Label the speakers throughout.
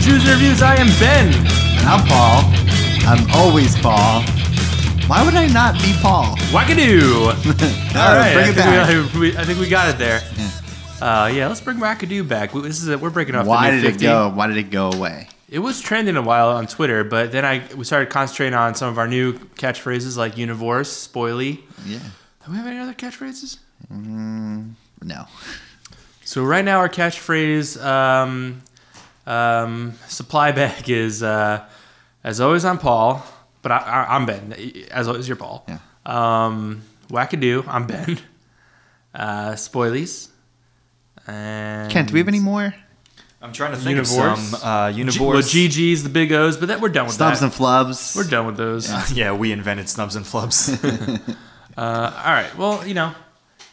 Speaker 1: Drew's Reviews. I am Ben.
Speaker 2: And I'm Paul. I'm always Paul. Why would I not be Paul?
Speaker 1: Wackadoo. All right,
Speaker 2: bring
Speaker 1: I
Speaker 2: it
Speaker 1: think,
Speaker 2: back.
Speaker 1: We, I, we, I think we got it there.
Speaker 2: Yeah.
Speaker 1: Uh, yeah, let's bring Wackadoo back. We, this is a, we're breaking off.
Speaker 2: Why
Speaker 1: the new
Speaker 2: did it
Speaker 1: 50.
Speaker 2: go? Why did it go away?
Speaker 1: It was trending a while on Twitter, but then I we started concentrating on some of our new catchphrases like univorce, spoily.
Speaker 2: Yeah.
Speaker 1: Do we have any other catchphrases?
Speaker 2: No.
Speaker 1: So right now our catchphrase um, um, supply bag is uh, as always I'm Paul, but I, I, I'm Ben. As always you're Paul.
Speaker 2: Yeah.
Speaker 1: Um, Wackadoo, I'm Ben. Uh, spoilies. And
Speaker 2: Kent, do we have any more?
Speaker 3: I'm trying to think
Speaker 1: Univorce?
Speaker 3: of some uh,
Speaker 1: G-
Speaker 3: univorce.
Speaker 1: well, GG's the big O's, but that we're done with
Speaker 2: Snubs
Speaker 1: that.
Speaker 2: and flubs.
Speaker 1: we're done with those.
Speaker 3: yeah, we invented snubs and flubs.
Speaker 1: Uh, all right. Well, you know,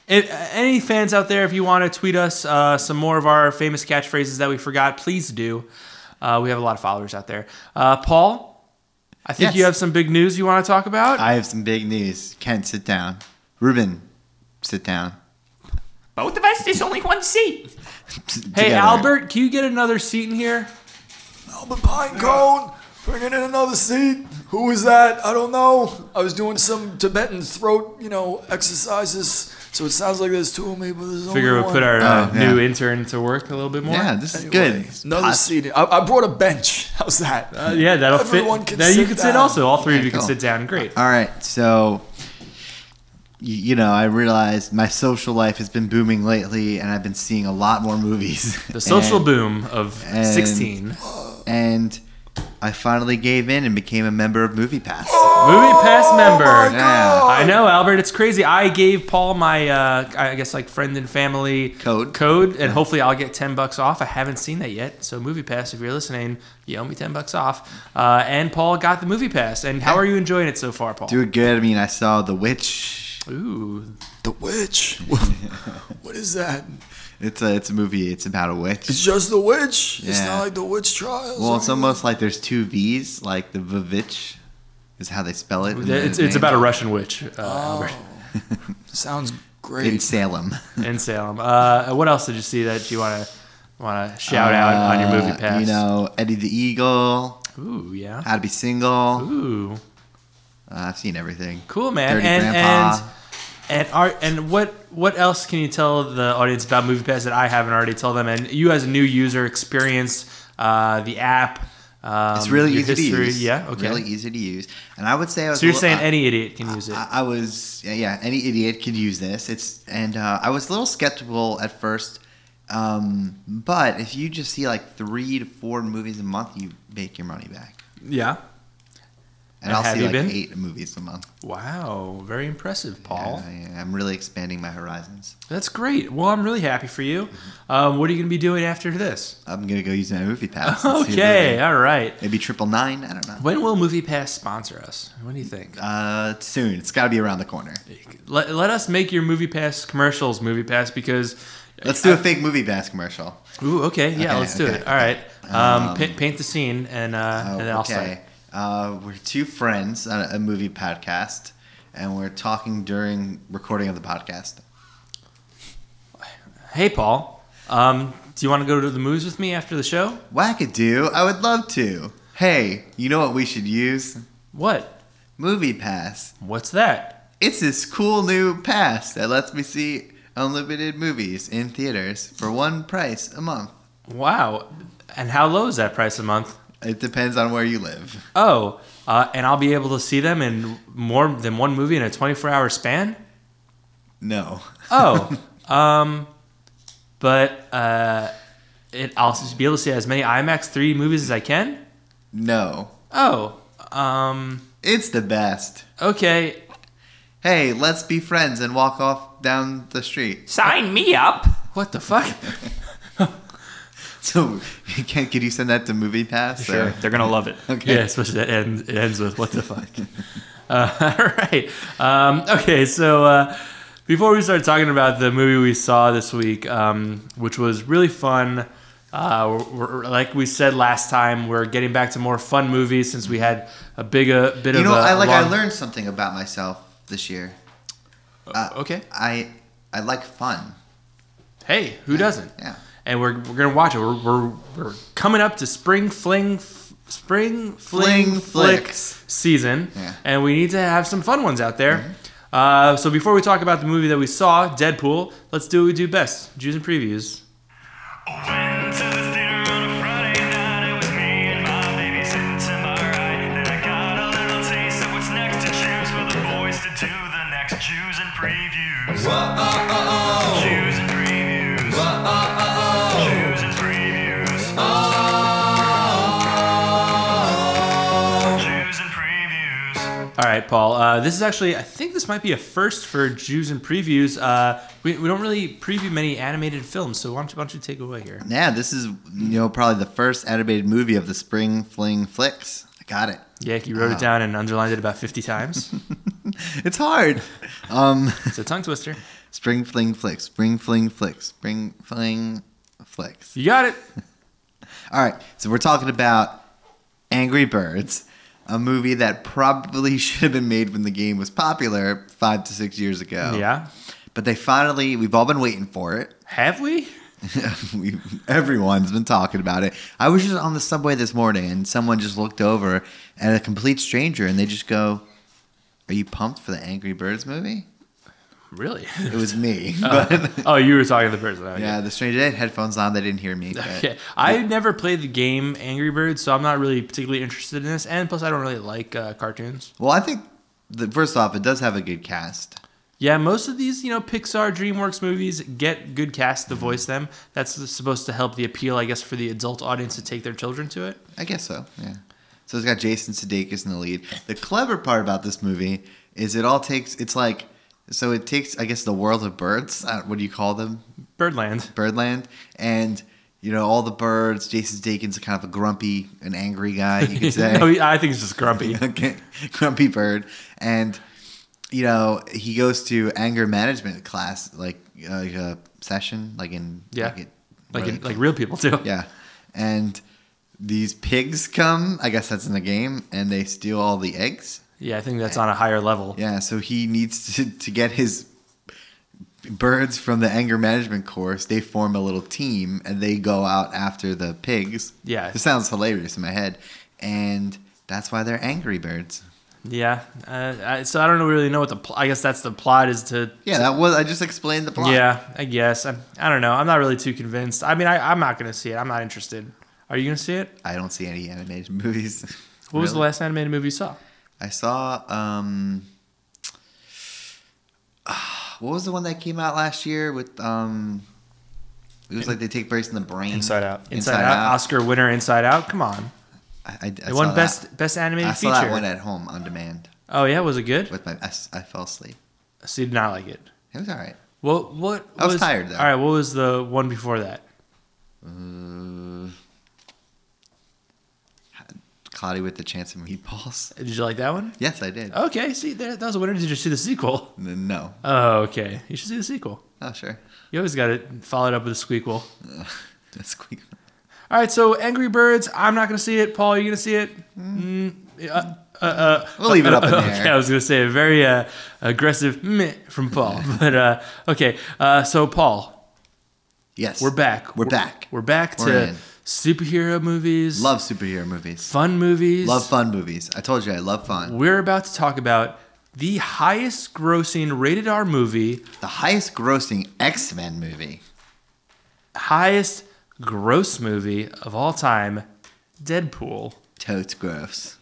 Speaker 1: if, any fans out there, if you want to tweet us uh, some more of our famous catchphrases that we forgot, please do. Uh, we have a lot of followers out there. Uh, Paul, I think
Speaker 2: Yes.
Speaker 1: you have some big news you want to talk about.
Speaker 2: I have some big news. Kent, sit down. Ruben, sit down.
Speaker 3: Both of us, there's only one seat.
Speaker 1: hey,
Speaker 2: Together.
Speaker 1: Albert, can you get another seat in here?
Speaker 4: Albert Pinecone bringing in another seat. Who is that? I don't know. I was doing some Tibetan throat, you know, exercises. So it sounds like there's two of me, but there's only
Speaker 1: Figure we'll
Speaker 4: one.
Speaker 1: put our uh,
Speaker 2: Oh, yeah.
Speaker 1: new intern to work a little bit more.
Speaker 2: Yeah, this is
Speaker 4: Anyway,
Speaker 2: good.
Speaker 4: Another
Speaker 2: Pos-
Speaker 4: seat. I, I brought a bench. How's that?
Speaker 1: Uh, yeah, that'll
Speaker 4: Everyone
Speaker 1: fit.
Speaker 4: can
Speaker 1: that you
Speaker 4: sit
Speaker 1: can sit
Speaker 4: down.
Speaker 1: also. All three of you can
Speaker 2: cool. Uh,
Speaker 1: sit down. Great.
Speaker 2: All right, so y- you know, I realized my social life has been booming lately, and I've been seeing a lot more movies.
Speaker 1: The social
Speaker 2: And-
Speaker 1: boom of
Speaker 2: and-
Speaker 1: 16.
Speaker 2: and I finally gave in and became a member of Movie Pass.
Speaker 1: Movie
Speaker 4: Oh
Speaker 1: Pass member.
Speaker 2: Yeah.
Speaker 1: I know, Albert. It's crazy. I gave Paul my, uh, I guess, like friend and family
Speaker 2: Code.
Speaker 1: code, and hopefully I'll get ten bucks off. I haven't seen that yet. So Movie Pass, if you're listening, you owe me ten bucks off. Uh, and Paul got the Movie Pass. And how are you enjoying it so far, Paul?
Speaker 2: Doing good. I mean, I saw The Witch.
Speaker 1: Ooh,
Speaker 4: the witch. what is that?
Speaker 2: It's a it's a movie. It's about a
Speaker 4: It's
Speaker 2: witch.
Speaker 4: just the witch. It's
Speaker 2: Yeah.
Speaker 4: not like the witch trials.
Speaker 2: Well, it's almost like there's two V's. Like the Vivitch is how they spell it. in the
Speaker 1: it's, it's
Speaker 2: name.
Speaker 1: about a Russian witch, uh, Albert,
Speaker 4: sounds
Speaker 2: in
Speaker 4: great.
Speaker 2: Salem.
Speaker 1: in Salem. Uh, what else did you see that you want to want to shout out on your Movie
Speaker 2: Uh,
Speaker 1: Pass?
Speaker 2: You know, Eddie the Eagle,
Speaker 1: Ooh, yeah.
Speaker 2: How to Be Single.
Speaker 1: Ooh.
Speaker 2: Uh, I've seen everything.
Speaker 1: Cool, man.
Speaker 2: Dirty
Speaker 1: and
Speaker 2: Grandpa.
Speaker 1: and and art and what what else can you tell the audience about MoviePass that I haven't already told them? And you as a new user experience uh, the app. Um,
Speaker 2: It's really
Speaker 1: your
Speaker 2: easy to
Speaker 1: history-
Speaker 2: use.
Speaker 1: Yeah. Okay.
Speaker 2: Really easy to use. And I would say I was.
Speaker 1: so you're
Speaker 2: a little-
Speaker 1: saying
Speaker 2: I-
Speaker 1: any idiot can use it?
Speaker 2: I, I was yeah, yeah. Any idiot could use this. It's and uh, I was a little skeptical at first, um, but if you just see like three to four movies a month, you make your money back.
Speaker 1: yeah.
Speaker 2: And,
Speaker 1: And
Speaker 2: I'll
Speaker 1: have
Speaker 2: see
Speaker 1: you
Speaker 2: like
Speaker 1: been?
Speaker 2: eight movies a month.
Speaker 1: Wow. Very impressive, Paul.
Speaker 2: Yeah, yeah, I'm really expanding my horizons.
Speaker 1: That's great. Well, I'm really happy for you. Um, what are you going to be doing after this?
Speaker 2: I'm gonna go use my movie pass. and see a
Speaker 1: Okay.
Speaker 2: movie.
Speaker 1: All right.
Speaker 2: Maybe triple nine. I don't know.
Speaker 1: When will MoviePass sponsor us? What do you think?
Speaker 2: Uh, soon. It's got to be around the corner.
Speaker 1: Let, let us make your MoviePass commercials, MoviePass, because
Speaker 2: Let's do a fake movie pass commercial.
Speaker 1: Ooh, okay, yeah,
Speaker 2: Okay,
Speaker 1: let's do
Speaker 2: okay.
Speaker 1: it. All right, um,
Speaker 2: Um,
Speaker 1: pa- paint the scene, and uh,
Speaker 2: Oh,
Speaker 1: and then I'll
Speaker 2: okay.
Speaker 1: start.
Speaker 2: Uh, we're two friends on a, a movie podcast, and we're talking during recording of the podcast.
Speaker 1: Hey, Paul, um, do you want to go to the movies with me after the show?
Speaker 2: Wackadoo, I would love to. Hey, you know what we should use?
Speaker 1: What?
Speaker 2: Movie Pass.
Speaker 1: What's that?
Speaker 2: It's this cool new pass that lets me see unlimited movies in theaters for one price a month.
Speaker 1: Wow, and how low is that price a month?
Speaker 2: It depends on where you live.
Speaker 1: Oh, uh, and I'll be able to see them in more than one movie in a 24-hour span.
Speaker 2: No.
Speaker 1: Oh, um, but uh, it I'll be able to see as many IMAX 3 movies as I can.
Speaker 2: No.
Speaker 1: Oh, um,
Speaker 2: It's the best.
Speaker 1: okay.
Speaker 2: Hey, let's be friends and walk off down the street.
Speaker 3: Sign me up.
Speaker 1: What the fuck?
Speaker 2: So, can, could you send that to Movie Pass?
Speaker 3: Sure, they're gonna love it.
Speaker 2: Okay.
Speaker 1: Yeah, especially that end, it ends with what the fuck. uh, all right. Um, okay, so uh, before we start talking about the movie we saw this week, um, which was really fun. Uh, we're, we're- like we said last time, we're getting back to more fun movies since we had a big a bit
Speaker 2: You
Speaker 1: of
Speaker 2: know,
Speaker 1: a
Speaker 2: I like. I
Speaker 1: long-
Speaker 2: learned something about myself this year. Uh,
Speaker 1: Okay.
Speaker 2: I I like fun.
Speaker 1: Hey, who doesn't?
Speaker 2: Yeah.
Speaker 1: and we're, we're gonna watch it. We're, we're, we're coming up to spring fling, f- spring fling,
Speaker 2: Fling
Speaker 1: flick
Speaker 2: flicks.
Speaker 1: season,
Speaker 2: Yeah.
Speaker 1: and we need to have some fun ones out there. Uh, so before we talk about the movie that we saw, Deadpool, let's do what we do best: Jews and previews.
Speaker 5: Went to the theater on a Friday night. It was me and my baby sitting to my right. Then I got a little taste of what's next to choose for the boys to do the next Jews and previews. Jews and previews. Jews and previews. Jews and previews.
Speaker 1: All right, Paul. Uh, this is actually, I think this might be a first for Jews and previews. Uh, we, we don't really preview many animated films, so why don't you, why don't you take it away here?
Speaker 2: Yeah, this is you know probably the first animated movie of the spring fling flicks. I got it.
Speaker 1: Yak, you wrote it down and underlined it about 50 times.
Speaker 2: It's hard. Um,
Speaker 1: it's a tongue twister.
Speaker 2: spring fling flicks, spring fling flicks, spring fling flicks.
Speaker 1: You got it.
Speaker 2: All right, so we're talking about Angry Birds, a movie that probably should have been made when the game was popular five to six years ago.
Speaker 1: Yeah.
Speaker 2: But they finally, we've all been waiting for it.
Speaker 1: Have we?
Speaker 2: we everyone's been talking about it. I was just on the subway this morning and someone just looked over at a complete stranger and they just go, "Are you pumped for the Angry Birds movie?"
Speaker 1: Really?
Speaker 2: It was me.
Speaker 1: oh, you were talking to the person. Okay.
Speaker 2: yeah, the stranger they had headphones on. They didn't hear me. but-
Speaker 1: Okay. I never played the game Angry Birds, so I'm not really particularly interested in this. And plus, I don't really like uh, cartoons.
Speaker 2: Well, I think the, first off, it does have a good cast.
Speaker 1: Yeah, most of these, you know, Pixar, DreamWorks movies get good cast to voice them. That's supposed to help the appeal, I guess, for the adult audience to take their children to it.
Speaker 2: I guess so. Yeah. So it's got Jason Sudeikis in the lead. The clever part about this movie is it all takes. It's like so it takes. I guess the world of birds. Uh, what do you call them?
Speaker 1: Birdland.
Speaker 2: Birdland, and you know all the birds. Jason Sudeikis is kind of a grumpy, an angry guy. You could say
Speaker 1: no, he- I think it's just grumpy.
Speaker 2: okay, grumpy bird, and you know he goes to anger management class, like uh, like a session, like in
Speaker 1: Yeah.
Speaker 2: like, it-
Speaker 1: Like,
Speaker 2: what are
Speaker 1: in,
Speaker 2: they
Speaker 1: like real people do.
Speaker 2: yeah. And these pigs come, I guess that's in the game, and they steal all the eggs.
Speaker 1: Yeah, I think that's on a higher level.
Speaker 2: Yeah, so he needs to, to get his birds from the anger management course. They form a little team and they go out after the pigs.
Speaker 1: Yeah.
Speaker 2: This sounds hilarious in my head. And that's why they're angry birds.
Speaker 1: Yeah. Uh, I, so I don't really know what the. Pl- I guess that's the plot is to.
Speaker 2: Yeah, that was I just explained the plot.
Speaker 1: Yeah, I guess. I, I don't know. I'm not really too convinced. I mean, I, I'm not going to see it. I'm not interested. Are you going to see it?
Speaker 2: I don't see any animated movies.
Speaker 1: What was the
Speaker 2: Really.
Speaker 1: last animated movie you saw?
Speaker 2: I saw um what was the one that came out last year with um it was like they take place in the brain.
Speaker 3: Inside Out.
Speaker 1: Inside, Out. Oscar winner Inside Out. Come on.
Speaker 2: I, I, I
Speaker 1: It won
Speaker 2: saw
Speaker 1: best
Speaker 2: That.
Speaker 1: best animated
Speaker 2: I saw
Speaker 1: feature.
Speaker 2: that one at home on demand
Speaker 1: oh yeah, was it good?
Speaker 2: with my. I, s- I fell asleep.
Speaker 1: So you did not like it.
Speaker 2: It was all right.
Speaker 1: What what
Speaker 2: I was tired, though.
Speaker 1: All right, what was the one before that?
Speaker 2: Uh, Cloudy with the chance of meatballs.
Speaker 1: Did you like that one?
Speaker 2: Yes, I did.
Speaker 1: Okay, see there, that was a winner. Did you see the sequel?
Speaker 2: N- No.
Speaker 1: Oh, okay. You should see the sequel.
Speaker 2: Oh sure.
Speaker 1: You always got it followed up with a squeakquel.
Speaker 2: That's quick.
Speaker 1: All right, so Angry Birds. I'm not gonna see it. Paul, you gonna see it? Mm, uh, uh, uh,
Speaker 2: We'll leave it up in
Speaker 1: okay,
Speaker 2: there.
Speaker 1: I was gonna say a very uh, aggressive meh from Paul, but uh, okay. Uh, so Paul,
Speaker 2: Yes.
Speaker 1: we're back.
Speaker 2: We're back.
Speaker 1: We're back to
Speaker 2: We're in.
Speaker 1: superhero movies,
Speaker 2: Love superhero movies.
Speaker 1: fun movies,
Speaker 2: Love fun movies. I told you I love fun.
Speaker 1: We're about to talk about the highest grossing rated R movie,
Speaker 2: The highest grossing X Men movie.
Speaker 1: highest gross movie of all time, Deadpool.
Speaker 2: Totes gross.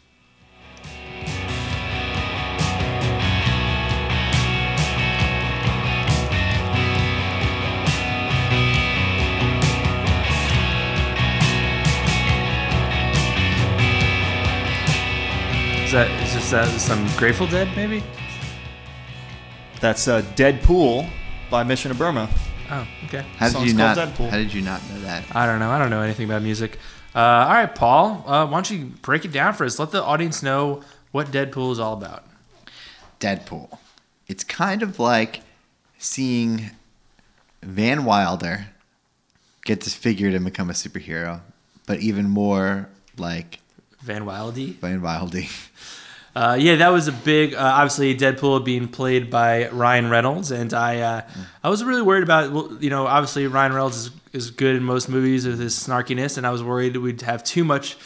Speaker 1: Is that is this uh, some Grateful Dead maybe?
Speaker 3: That's uh, Deadpool by Mission of Burma.
Speaker 1: Oh, okay.
Speaker 2: How did
Speaker 3: Song's
Speaker 2: you not?
Speaker 3: called Deadpool.
Speaker 2: How did you not know that?
Speaker 1: I don't know. I don't know anything about music. Uh, all right, Paul, uh, why don't you break it down for us? Let the audience know what Deadpool is all about.
Speaker 2: Deadpool. It's kind of like seeing Van Wilder get disfigured and become a superhero, but even more like
Speaker 1: Van Wildy.
Speaker 2: Van Wilder.
Speaker 1: Uh, yeah, that was a big. Uh, obviously, Deadpool being played by Ryan Reynolds, and I, uh, I was really worried about. Well, you know, obviously Ryan Reynolds is, is good in most movies with his snarkiness, and I was worried we'd have too much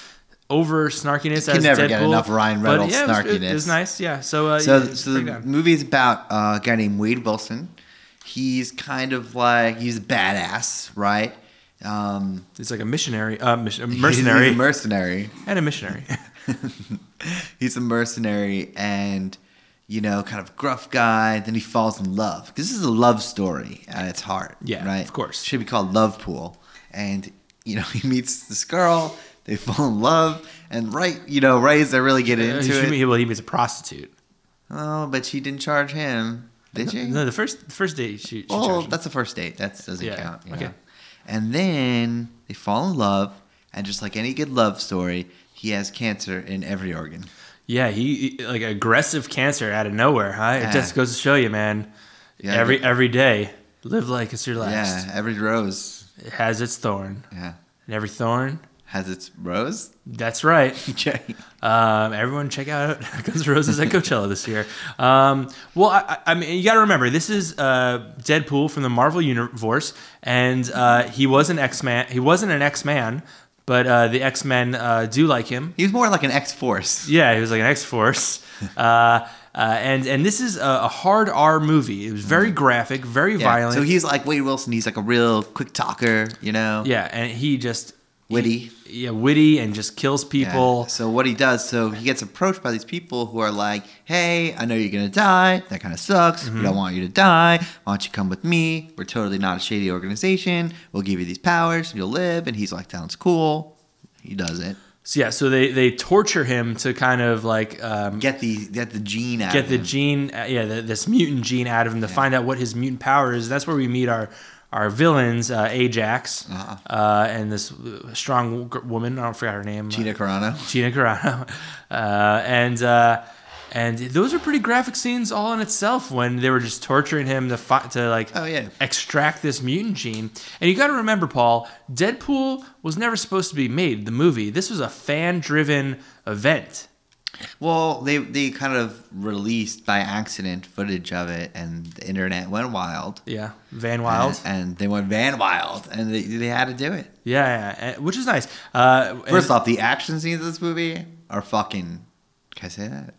Speaker 1: over snarkiness.
Speaker 2: You can
Speaker 1: as
Speaker 2: never
Speaker 1: Deadpool.
Speaker 2: get enough Ryan
Speaker 1: But,
Speaker 2: Reynolds
Speaker 1: yeah, it was- It, it
Speaker 2: snarkiness.
Speaker 1: was nice, yeah. So, uh,
Speaker 2: So,
Speaker 1: yeah,
Speaker 2: so
Speaker 1: break
Speaker 2: the
Speaker 1: down.
Speaker 2: movie's about uh, a guy named Wade Wilson. He's kind of like he's a badass, right? Um,
Speaker 1: It's like a missionary, uh, mission, a
Speaker 2: he's-
Speaker 1: mercenary,
Speaker 2: he's a mercenary.
Speaker 1: and a missionary.
Speaker 2: he's a mercenary and you know kind of gruff guy then he falls in love 'Cause this is a love story at its heart
Speaker 1: Yeah,
Speaker 2: right
Speaker 1: of course.
Speaker 2: should be called love pool and you know he meets this girl they fall in love and right you know right as they really get
Speaker 1: Uh,
Speaker 2: into
Speaker 1: she-
Speaker 2: it
Speaker 1: he- well, he means a prostitute.
Speaker 2: oh but she didn't charge him did she
Speaker 1: No, the first the first date she. she
Speaker 2: well
Speaker 1: charged him.
Speaker 2: that's the first date Oh, that doesn't
Speaker 1: Yeah,
Speaker 2: count you
Speaker 1: okay.
Speaker 2: know? and then they fall in love and just like any good love story he has cancer in every organ
Speaker 1: Yeah, he he- like aggressive cancer out of nowhere, huh? It
Speaker 2: Yeah.
Speaker 1: just goes to show you, man.
Speaker 2: Yeah,
Speaker 1: every
Speaker 2: but-
Speaker 1: every day, live like it's your last.
Speaker 2: yeah every rose
Speaker 1: It has its thorn,
Speaker 2: yeah
Speaker 1: and every thorn.
Speaker 2: has its rose.
Speaker 1: That's right.
Speaker 2: Okay.
Speaker 1: Um, everyone, check out Guns N' Roses at Coachella this year. Um, well, I, I I mean, you got to remember this is uh, Deadpool from the Marvel universe, and uh, he was an X Man. He wasn't an X Man, but uh, the X Men uh, do like him.
Speaker 2: He was more like an X Force.
Speaker 1: Yeah, he was like an X Force. Uh, uh, and and this is a, a hard R movie. It was very graphic, very violent.
Speaker 2: Mm-hmm. So he's like Wade Wilson. He's like a real quick talker, you know?
Speaker 1: yeah, and he just
Speaker 2: Witty.
Speaker 1: he- yeah, witty, and just kills
Speaker 2: Yeah.
Speaker 1: people.
Speaker 2: So what he does, so he gets approached by these people who are like, "Hey, I know you're gonna die. That kind of sucks. We
Speaker 1: Mm-hmm.
Speaker 2: don't want you to die. Why don't you come with me? We're totally not a shady organization. We'll give you these powers. You'll live." And he's like, "Sounds cool." He does it.
Speaker 1: So yeah, so they they torture him to kind of like um,
Speaker 2: Get the get the gene out.
Speaker 1: get
Speaker 2: of
Speaker 1: the
Speaker 2: him.
Speaker 1: gene, uh, yeah, the, this mutant gene out of him to find out what his mutant power is. That's where we meet our our villains, uh, Ajax,
Speaker 2: Uh-huh.
Speaker 1: uh and this uh, strong w- woman. I don't forget her name.
Speaker 2: Gina Carano.
Speaker 1: Gina Carano, uh, and uh, and those are pretty graphic scenes all in itself when they were just torturing him to fi- to like
Speaker 2: Oh, yeah.
Speaker 1: extract this mutant gene. And you got to remember, Paul, Deadpool was never supposed to be made. The movie. This was a fan driven event.
Speaker 2: Well, they they kind of released by accident footage of it, and the internet went wild.
Speaker 1: Yeah, Van Wild.
Speaker 2: And, and they went van wild, and they, they had to do it.
Speaker 1: Yeah, yeah, and- which is nice. Uh, and-
Speaker 2: First off, the action scenes of this movie are fucking. Can I say that?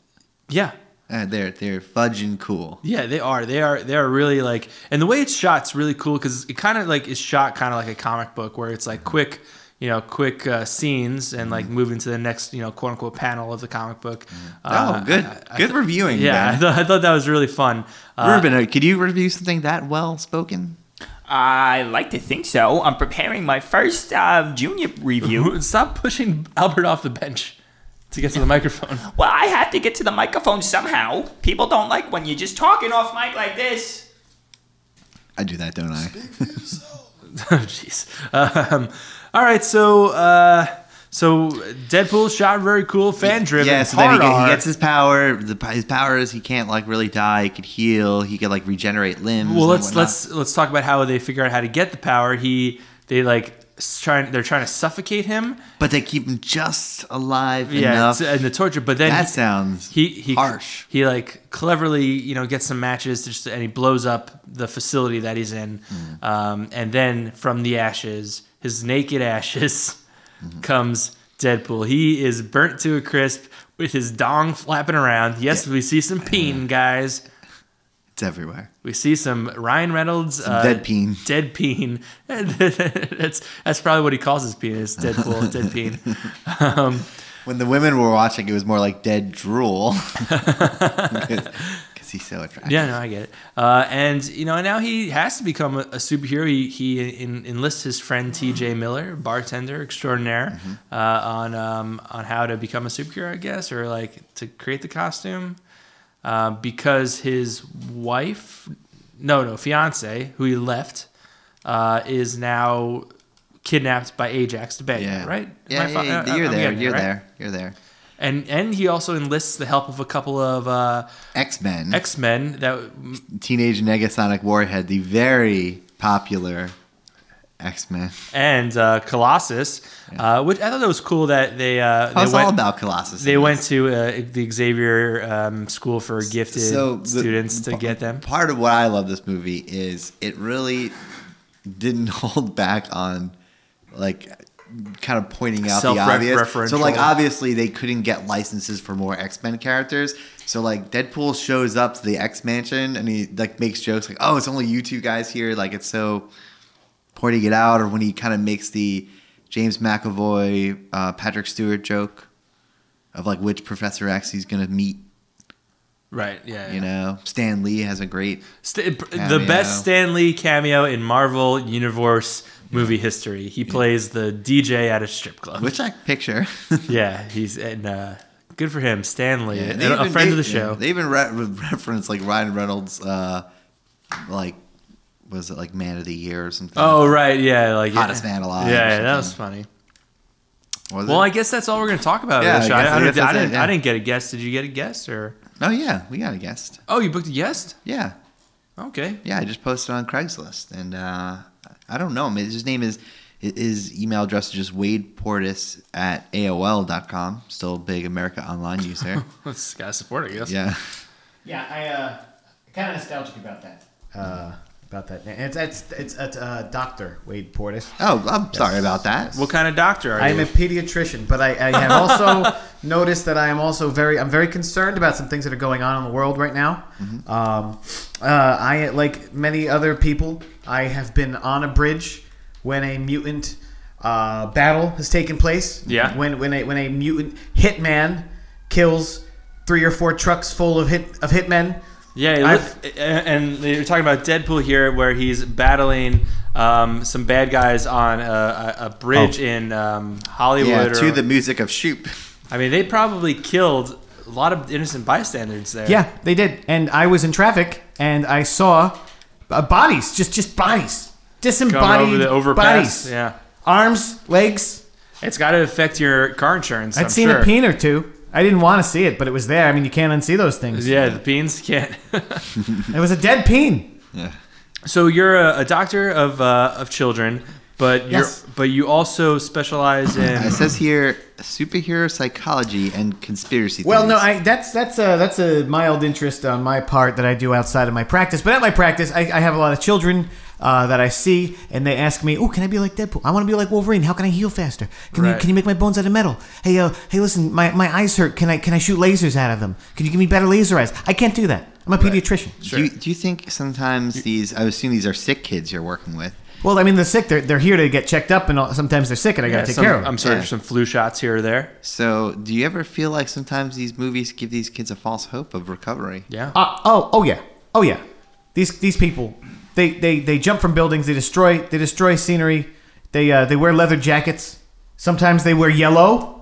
Speaker 1: yeah,
Speaker 2: Uh, they're they're fudging cool.
Speaker 1: Yeah, they are. They are. They are really like, and the way it's shot's really cool because it kind of like is shot kind of like a comic book where it's like quick, you know, quick uh, scenes and
Speaker 2: Mm-hmm.
Speaker 1: like moving to the next, you know, quote unquote panel of the comic book. Uh,
Speaker 2: oh, good
Speaker 1: I- I
Speaker 2: good
Speaker 1: th-
Speaker 2: reviewing.
Speaker 1: yeah, I
Speaker 2: man.
Speaker 1: thought, I thought that was really fun. Uh,
Speaker 2: Ruben, uh, could you review something that well spoken?
Speaker 6: I like to think so. I'm preparing my first uh, junior review.
Speaker 1: stop pushing Albert off the bench to get to the microphone.
Speaker 6: well, I have to get to the microphone somehow. People don't like when you're just talking off mic like this.
Speaker 2: I do that, don't I?
Speaker 1: Oh, jeez. Um, all right, so uh, so Deadpool shot very cool, fan driven.
Speaker 2: Yeah, so then he, get, he gets his power. The, his power is he can't like really die. He could heal. He could like regenerate limbs.
Speaker 1: Well,
Speaker 2: and
Speaker 1: let's
Speaker 2: whatnot.
Speaker 1: let's let's talk about how they figure out how to get the power. He they like s- trying they're trying to suffocate him.
Speaker 2: But they keep him just alive
Speaker 1: Yeah,
Speaker 2: enough.
Speaker 1: to, and the torture. But then
Speaker 2: that
Speaker 1: he-
Speaker 2: sounds
Speaker 1: he he
Speaker 2: harsh.
Speaker 1: He like cleverly you know gets some matches to just, and he blows up the facility that he's in.
Speaker 2: Hmm.
Speaker 1: Um, and then from the ashes, his naked ashes,
Speaker 2: Mm-hmm.
Speaker 1: comes Deadpool. He is burnt to a crisp with his dong flapping around. Yes, we see some peen, guys.
Speaker 2: It's everywhere.
Speaker 1: We see some Ryan Reynolds uh,
Speaker 2: dead peen.
Speaker 1: Dead peen. that's that's probably what he calls his penis. Deadpool. dead peen. Um,
Speaker 2: When the women were watching, it was more like dead drool. Because he's so attractive.
Speaker 1: yeah, no, I get it. Uh, and you know, now he has to become a, a superhero. He, he en- enlists his friend T.J. Miller, bartender extraordinaire,
Speaker 2: Mm-hmm.
Speaker 1: uh, on um, on how to become a superhero, I guess, or like to create the costume, uh, because his wife, no, no, fiance, who he left, uh, is now kidnapped by Ajax to bang,
Speaker 2: Yeah.
Speaker 1: right?
Speaker 2: Yeah,
Speaker 1: Am I
Speaker 2: yeah,
Speaker 1: fi-
Speaker 2: yeah,
Speaker 1: I-
Speaker 2: you're
Speaker 1: I'm
Speaker 2: there.
Speaker 1: getting it,
Speaker 2: You're
Speaker 1: right?
Speaker 2: there. You're there.
Speaker 1: and and he also enlists the help of a couple of uh,
Speaker 2: X Men,
Speaker 1: X Men that
Speaker 2: Teenage Negasonic Warhead, the very popular X Men.
Speaker 1: and uh, Colossus, uh, which I thought that was cool that they uh, they
Speaker 2: I was
Speaker 1: went
Speaker 2: all about Colossus.
Speaker 1: they
Speaker 2: in
Speaker 1: went
Speaker 2: this.
Speaker 1: to uh, the Xavier um, School for Gifted
Speaker 2: the-
Speaker 1: students to get them.
Speaker 2: Part of what I love this movie is it really didn't hold back on like kind of pointing out the obvious. So like
Speaker 1: Self-referential.
Speaker 2: obviously they couldn't get licenses for more X-Men characters. So like Deadpool shows up to the X Mansion and he like makes jokes like, "Oh, it's only you two guys here." Like it's so pointing it out or when he kind of makes the James McAvoy uh, Patrick Stewart joke of like which Professor X he's going to meet
Speaker 1: Right. Yeah.
Speaker 2: you know, Stan Lee has a great.
Speaker 1: St- the
Speaker 2: Cameo.
Speaker 1: best Stan Lee cameo in Marvel Universe movie history. He plays the DJ at a strip club.
Speaker 2: Which I picture.
Speaker 1: yeah, he's and uh, good for him, Stan Lee,
Speaker 2: And
Speaker 1: and
Speaker 2: they
Speaker 1: a
Speaker 2: even-
Speaker 1: friend of
Speaker 2: they-
Speaker 1: the show.
Speaker 2: They even re- re- reference like Ryan Reynolds, uh, like was it like Man of the Year or something?
Speaker 1: Oh right, yeah, like
Speaker 2: Hottest
Speaker 1: yeah.
Speaker 2: man alive or
Speaker 1: Yeah, yeah, that
Speaker 2: something.
Speaker 1: was funny.
Speaker 2: was
Speaker 1: Well,
Speaker 2: it?
Speaker 1: I guess that's all we're gonna talk about.
Speaker 2: Yeah,
Speaker 1: Yeah,
Speaker 2: I
Speaker 1: I, I,
Speaker 2: guess- I guess
Speaker 1: didn't- I
Speaker 2: that's it,
Speaker 1: didn't.
Speaker 2: yeah.
Speaker 1: I didn't get a guest. Did you get a guest or?
Speaker 2: oh yeah, we got a guest.
Speaker 1: Oh, you booked a guest.
Speaker 2: Yeah,
Speaker 1: Okay.
Speaker 2: yeah. I just posted on Craigslist, and uh, I don't know him. His name is his email address is just Wade Portis at AOL.com. Still a big America Online user.
Speaker 1: Let's gotta support, I guess.
Speaker 2: yeah.
Speaker 7: Yeah, I uh, kind of nostalgic about that. Uh, about that. And It's it's it's a uh, doctor Wade Portis.
Speaker 2: Oh, I'm sorry about that.
Speaker 1: What kind of doctor are
Speaker 7: I am
Speaker 1: you?
Speaker 7: a pediatrician, but I, I have also noticed that I am also very I'm very concerned about some things that are going on in the world right now.
Speaker 1: Mm-hmm.
Speaker 7: Um, uh, I like many other people, I have been on a bridge when a mutant uh, battle has taken place.
Speaker 1: Yeah.
Speaker 7: When when a when a mutant hitman kills three or four trucks full of hit of hitmen.
Speaker 1: Yeah, it
Speaker 7: I've-
Speaker 1: look- and and you're talking about Deadpool here, where he's battling um, some bad guys on a, a, a bridge
Speaker 7: Oh.
Speaker 1: in um, Hollywood.
Speaker 2: yeah,
Speaker 1: or,
Speaker 2: to the music of Shoop.
Speaker 1: I mean, they probably killed a lot of innocent bystanders there.
Speaker 7: Yeah, they did. And I was in traffic and I saw uh, bodies, just just bodies,
Speaker 1: Going
Speaker 7: disembodied
Speaker 1: over the overpass.
Speaker 7: bodies,
Speaker 1: Yeah,
Speaker 7: arms, legs.
Speaker 1: it's got to affect your car insurance.
Speaker 7: I'd
Speaker 1: I'm
Speaker 7: seen
Speaker 1: sure.
Speaker 7: a peen or two. I didn't want to see it, but it was there. I mean, you can't unsee those things.
Speaker 1: Yeah, the beans can't.
Speaker 7: It was a dead peen.
Speaker 2: Yeah.
Speaker 1: so you're a, a doctor of uh, of children, but you're
Speaker 7: Yes.
Speaker 1: but you also specialize in.
Speaker 2: Uh, It says here superhero psychology and conspiracy.
Speaker 7: Well, no,
Speaker 2: theories.
Speaker 7: I, that's that's a that's a mild interest on my part that I do outside of my practice. But at my practice, I, I have a lot of children uh, that I see, and they ask me, "Oh, can I be like Deadpool? I want to be like Wolverine. How can I heal faster? Can you
Speaker 1: Right.
Speaker 7: can you make my bones out of metal? Hey, uh, hey, listen, my, my eyes hurt. Can I can I shoot lasers out of them? Can you give me better laser eyes? I can't do that. I'm a pediatrician.
Speaker 2: Do you, do you think sometimes these? I assume these are sick kids you're working with.
Speaker 7: Well, I mean, the sick they're, they're here to get checked up, and all, sometimes they're sick, and I got to
Speaker 1: Yeah,
Speaker 7: take
Speaker 1: some-
Speaker 7: care of them.
Speaker 1: I'm sorry,
Speaker 2: Yeah.
Speaker 1: some flu shots here or there.
Speaker 2: So, do you ever feel like sometimes these movies give these kids a false hope of recovery?
Speaker 1: Yeah.
Speaker 7: Uh, oh, oh yeah, oh yeah. These these people, they they they jump from buildings. They destroy they destroy scenery. They uh, they wear leather jackets. Sometimes they wear yellow.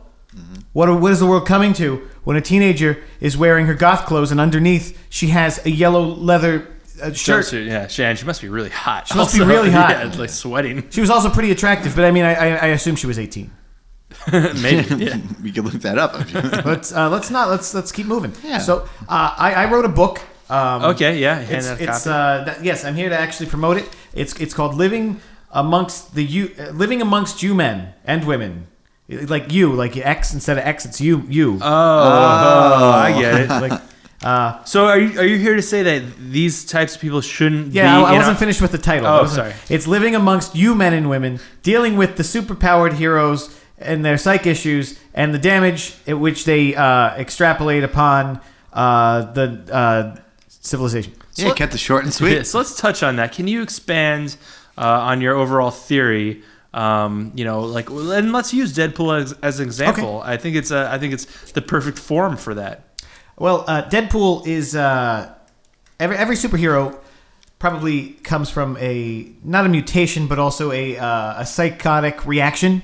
Speaker 7: What are- what is the world coming to when a teenager is wearing her goth clothes and underneath she has a yellow leather uh, shirt?
Speaker 1: Jumpsuit, yeah, Shan, she must be really hot. She
Speaker 7: must be really hot.
Speaker 1: Yeah, like sweating.
Speaker 7: She was also pretty attractive, but I mean, I, I, I assume she was eighteen.
Speaker 1: Maybe. Yeah.
Speaker 2: we could look that up.
Speaker 7: Let's uh, let's not let's let's keep moving.
Speaker 2: Yeah.
Speaker 7: So uh, I, I wrote a book. Um,
Speaker 1: Okay, yeah. Hand
Speaker 7: it's,
Speaker 1: out a
Speaker 7: it's
Speaker 1: copy.
Speaker 7: uh, that, yes, I'm here to actually promote it. It's it's called living amongst the you uh, living amongst you men and women, like you, like X instead of X, it's you you.
Speaker 1: Uh, oh, I get it.
Speaker 7: like,
Speaker 1: So are you are you here to say that these types of people shouldn't
Speaker 7: yeah,
Speaker 1: be
Speaker 7: I, I
Speaker 1: in
Speaker 7: wasn't
Speaker 1: our-
Speaker 7: finished with the title. I
Speaker 1: Oh,
Speaker 7: wasn't-
Speaker 1: sorry.
Speaker 7: It's living amongst you men and women, dealing with the superpowered heroes and their psych issues and the damage at which they uh, extrapolate upon uh, the uh, civilization.
Speaker 2: yeah, kept it short and sweet.
Speaker 1: Yeah, so let's touch on that. Can you expand uh, on your overall theory? Um, you know, like and let's use Deadpool as, as an example. I think it's a, I think it's the perfect form for that.
Speaker 7: Well, uh, Deadpool is uh, every every superhero probably comes from a not a mutation, but also a uh, a psychotic reaction.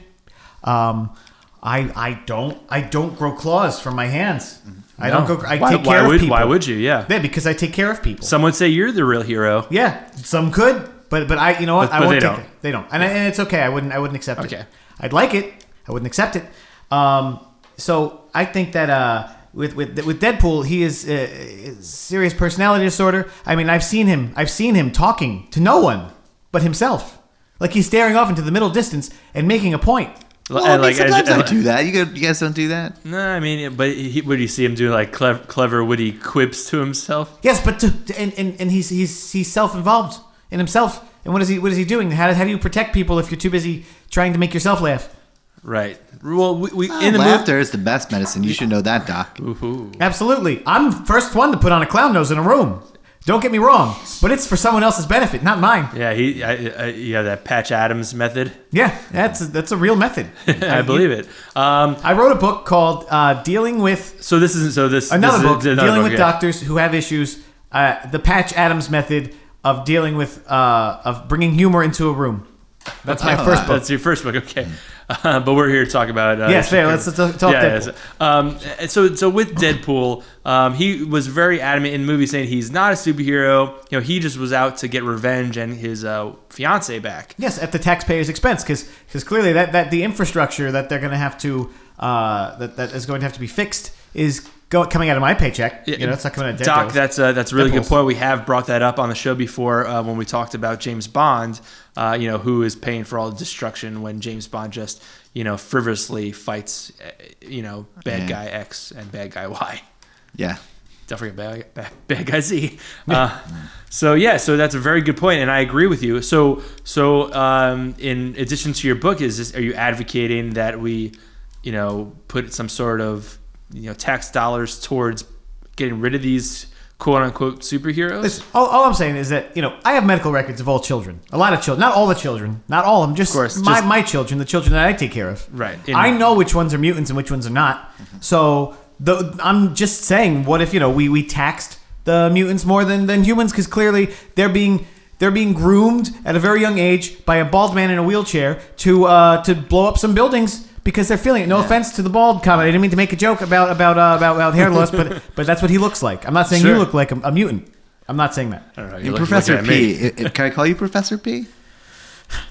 Speaker 7: Um, I I don't I don't grow claws from my hands. I don't
Speaker 1: No.
Speaker 7: go. I
Speaker 1: Why-
Speaker 7: take care
Speaker 1: why
Speaker 7: of
Speaker 1: would-
Speaker 7: people.
Speaker 1: why would you? Yeah.
Speaker 7: Yeah, because I take care of people.
Speaker 1: Some would say you're the real hero.
Speaker 7: Yeah, some could, but but I you know what
Speaker 1: But-
Speaker 7: I
Speaker 1: but
Speaker 7: won't
Speaker 1: they
Speaker 7: take
Speaker 1: don't.
Speaker 7: it. They don't, and, I, and it's okay. I wouldn't I wouldn't accept it.
Speaker 1: Okay.
Speaker 7: I'd like it. I wouldn't accept it. Um, so I think that uh, with with with Deadpool, he is uh, is serious personality disorder. I mean, I've seen him. I've seen him talking to no one but himself. Like he's staring off into the middle distance and making a point.
Speaker 1: Well,
Speaker 2: Well, Oh, I
Speaker 1: and,
Speaker 2: mean,
Speaker 1: like, as-
Speaker 2: sometimes I,
Speaker 1: and-
Speaker 2: do that. You guys, you guys don't do that.
Speaker 1: No, I mean, but he, would you see him doing like clever, clever, witty quips to himself?
Speaker 7: Yes, but to, to- and, and and he's he's he's self-involved in himself. And what is he what is he doing? How, how do you protect people if you're too busy trying to make yourself laugh?
Speaker 1: Right. Well, we, we in
Speaker 2: In
Speaker 1: the
Speaker 2: Ah, laughter is the best medicine. You should know that, Doc.
Speaker 1: movie. Ooh.
Speaker 7: Absolutely. I'm the first one to put on a clown nose in a room. Don't get me wrong, but it's for someone else's benefit, not mine.
Speaker 1: Yeah, he. I, I, yeah, that Patch Adams method.
Speaker 7: Yeah, that's a, that's a real method.
Speaker 1: I believe it. Um,
Speaker 7: I wrote a book called uh, "Dealing with
Speaker 1: so this isn't. So this
Speaker 7: Another
Speaker 1: this
Speaker 7: book
Speaker 1: is,
Speaker 7: dealing with
Speaker 1: yeah.
Speaker 7: doctors who have issues. Uh, the Patch Adams method of dealing with uh, of bringing humor into a room. That's my first book.
Speaker 1: That's your first book, okay? Uh, but we're here to talk about. Uh,
Speaker 7: Yes, yeah, let's talk- talk Deadpool.
Speaker 1: so- um, and so, so with Deadpool, um, he was very adamant in the movie saying he's not a superhero. You know, he just was out to get revenge and his uh, fiance back.
Speaker 7: Yes, at the taxpayer's expense, because clearly that, that the infrastructure that they're going to have to uh, that that is going to have to be fixed is go, coming out of my paycheck. you know, it's not coming out of
Speaker 1: Doc,
Speaker 7: Deadpool's.
Speaker 1: that's a, that's a really good
Speaker 7: Deadpool's.
Speaker 1: point. We have brought that up on the show before uh, when we talked about James Bond. Uh, you know, who is paying for all the destruction when James Bond just you know frivolously fights, uh, you know, bad
Speaker 7: Mm.
Speaker 2: Yeah.
Speaker 1: guy X and bad guy Y.
Speaker 2: Yeah.
Speaker 1: don't forget bad, bad, bad guy Z. Uh, so yeah, so that's a very good point, and I agree with you. So so um, in addition to your book, is this are you advocating that we, you know, put some sort of you know tax dollars towards getting rid of these quote unquote superheroes?
Speaker 7: Listen, all, all I'm saying is that you know I have medical records of all children, a lot of children, not all the children, not all of them, just
Speaker 1: course,
Speaker 7: my
Speaker 1: just-
Speaker 7: my children, the children that I take care of.
Speaker 1: Right, in-
Speaker 7: I know which ones are mutants and which ones are not. So the, I'm just saying, what if you know we we taxed the mutants more than than humans because clearly they're being. They're being groomed at a very young age by a bald man in a wheelchair to uh, to blow up some buildings because they're feeling it. No offense to the bald comment, I didn't mean to make a joke about about uh, about, about hair loss, but but that's what he looks like. I'm not saying
Speaker 1: Sure.
Speaker 7: you look like a, a mutant. I'm not saying that.
Speaker 1: I don't know,
Speaker 2: You
Speaker 1: you're looking-
Speaker 2: Professor
Speaker 1: looking at me.
Speaker 2: P. I- I- can I call you Professor P?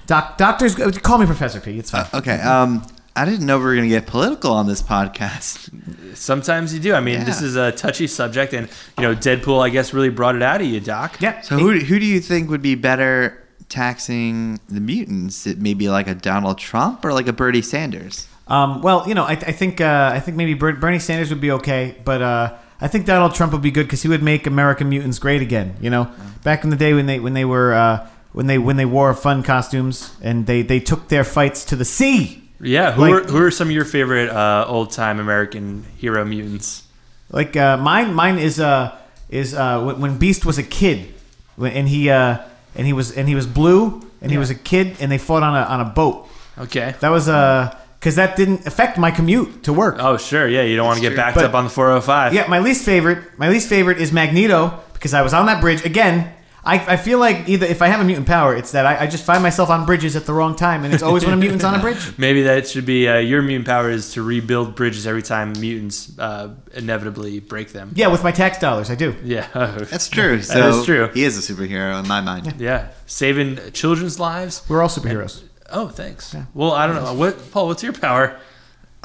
Speaker 7: Doc, doctors, uh, call me Professor P. It's fine.
Speaker 1: Uh,
Speaker 2: Okay. Um, I didn't know we were gonna get political on this podcast.
Speaker 1: Sometimes you do. I mean, this
Speaker 2: Yeah.
Speaker 1: is a touchy subject, and you know, Deadpool, I guess, really brought it out of you, Doc.
Speaker 7: yeah.
Speaker 2: So who who do you think would be better taxing the mutants? It may be like a Donald Trump or like a Bernie Sanders.
Speaker 7: Um, well, you know, I, I think uh, I think maybe Ber- Bernie Sanders would be okay, but uh, I think Donald Trump would be good because he would make American mutants great again. You know, back in the day when they when they were uh, when they when they wore fun costumes and they they took their fights to the sea.
Speaker 1: Yeah. Who
Speaker 7: Like-
Speaker 1: are who are some of your favorite uh, old time American hero mutants?
Speaker 7: Like uh, mine, mine is uh is uh when, when Beast was a kid, when, and he uh and he was and he was blue and he was a kid and they fought on a on a boat.
Speaker 1: Okay.
Speaker 7: That was uh because that didn't affect my commute to work.
Speaker 1: Oh sure, yeah. You don't want to get backed
Speaker 7: But-
Speaker 1: up on the 405.
Speaker 7: Yeah, my least favorite, my least favorite is Magneto because I was on that bridge again. I, I feel like either if I have a mutant power, it's that I, I just find myself on bridges at the wrong time, and it's always when a mutant's on a bridge.
Speaker 1: Maybe that should be uh, your mutant power is to rebuild bridges every time mutants uh, inevitably break them.
Speaker 7: Yeah, with my tax dollars, I do.
Speaker 1: Yeah. oh,
Speaker 2: That's true. So
Speaker 1: That is true.
Speaker 2: He is a superhero in my mind.
Speaker 1: yeah. Saving children's lives.
Speaker 7: We're all superheroes.
Speaker 1: Oh, thanks. Well, I don't know. What Paul, what's your power?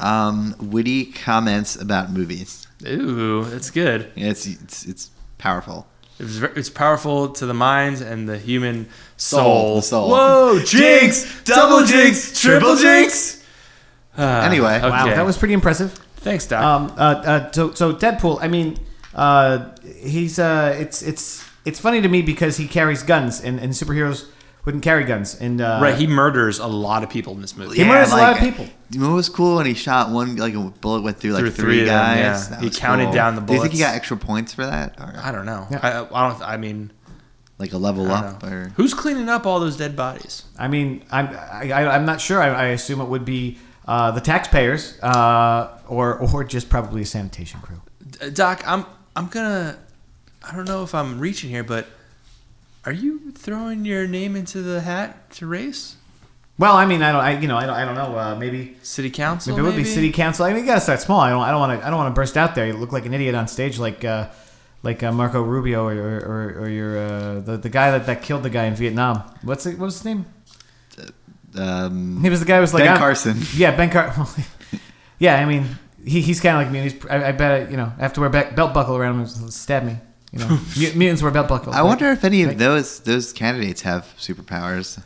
Speaker 2: Um, witty comments about movies.
Speaker 1: Ooh, that's good.
Speaker 2: It's it's, it's powerful.
Speaker 1: It's, ver- it's powerful to the mind and the human soul.
Speaker 2: Soul, the soul.
Speaker 1: Whoa, jinx, double jinx, triple jinx.
Speaker 2: Anyway,
Speaker 7: Wow,
Speaker 1: Uh, Okay.
Speaker 7: that was pretty impressive.
Speaker 1: Thanks, Doc.
Speaker 7: Um, uh, uh, so, so Deadpool. I mean, uh, he's uh, it's it's it's funny to me because he carries guns, and, and superheroes wouldn't carry guns. And uh,
Speaker 1: right, he murders a lot of people in this movie.
Speaker 7: He murders a lot of people.
Speaker 2: You know what was cool when he shot one like a bullet went through like
Speaker 1: Through
Speaker 2: three,
Speaker 1: three of them,
Speaker 2: guys.
Speaker 1: yeah.
Speaker 2: That
Speaker 1: He
Speaker 2: was
Speaker 1: counted
Speaker 2: cool.
Speaker 1: down the
Speaker 2: Do you think he
Speaker 1: bullets.
Speaker 2: got extra points for that, or
Speaker 1: I don't know.
Speaker 7: Yeah.
Speaker 1: I, I don't. I mean,
Speaker 2: like a level
Speaker 1: I
Speaker 2: up,
Speaker 1: don't know.
Speaker 2: or
Speaker 1: who's cleaning up all those dead bodies?
Speaker 7: I mean, I'm I, I, I'm not sure. I, I assume it would be uh, the taxpayers, uh, or or just probably a sanitation crew.
Speaker 1: Uh, Doc, I'm I'm gonna I don't know if I'm reaching here, but are you throwing your name into the hat to race
Speaker 7: Well, I mean, I don't, I you know, I don't, I don't know. Uh, maybe
Speaker 1: city council?
Speaker 7: maybe it would be city council. I mean, you gotta start small. I don't, I don't want to, I don't want to burst out there. You look like an idiot on stage, like uh, like uh, Marco Rubio or or, or, or your uh, the, the guy that, that killed the guy in Vietnam. What's it, what was his name?
Speaker 2: um,
Speaker 7: He was the guy who was like
Speaker 2: Ben
Speaker 7: I'm-
Speaker 2: Carson.
Speaker 7: Yeah, Ben Carson. yeah, I mean, he, he's kind of like me. and He's I, I bet you know I have to wear a be- belt buckle around him and stab me. You know, Mut- mutants wear belt buckles.
Speaker 2: I wonder if any of those those candidates have superpowers.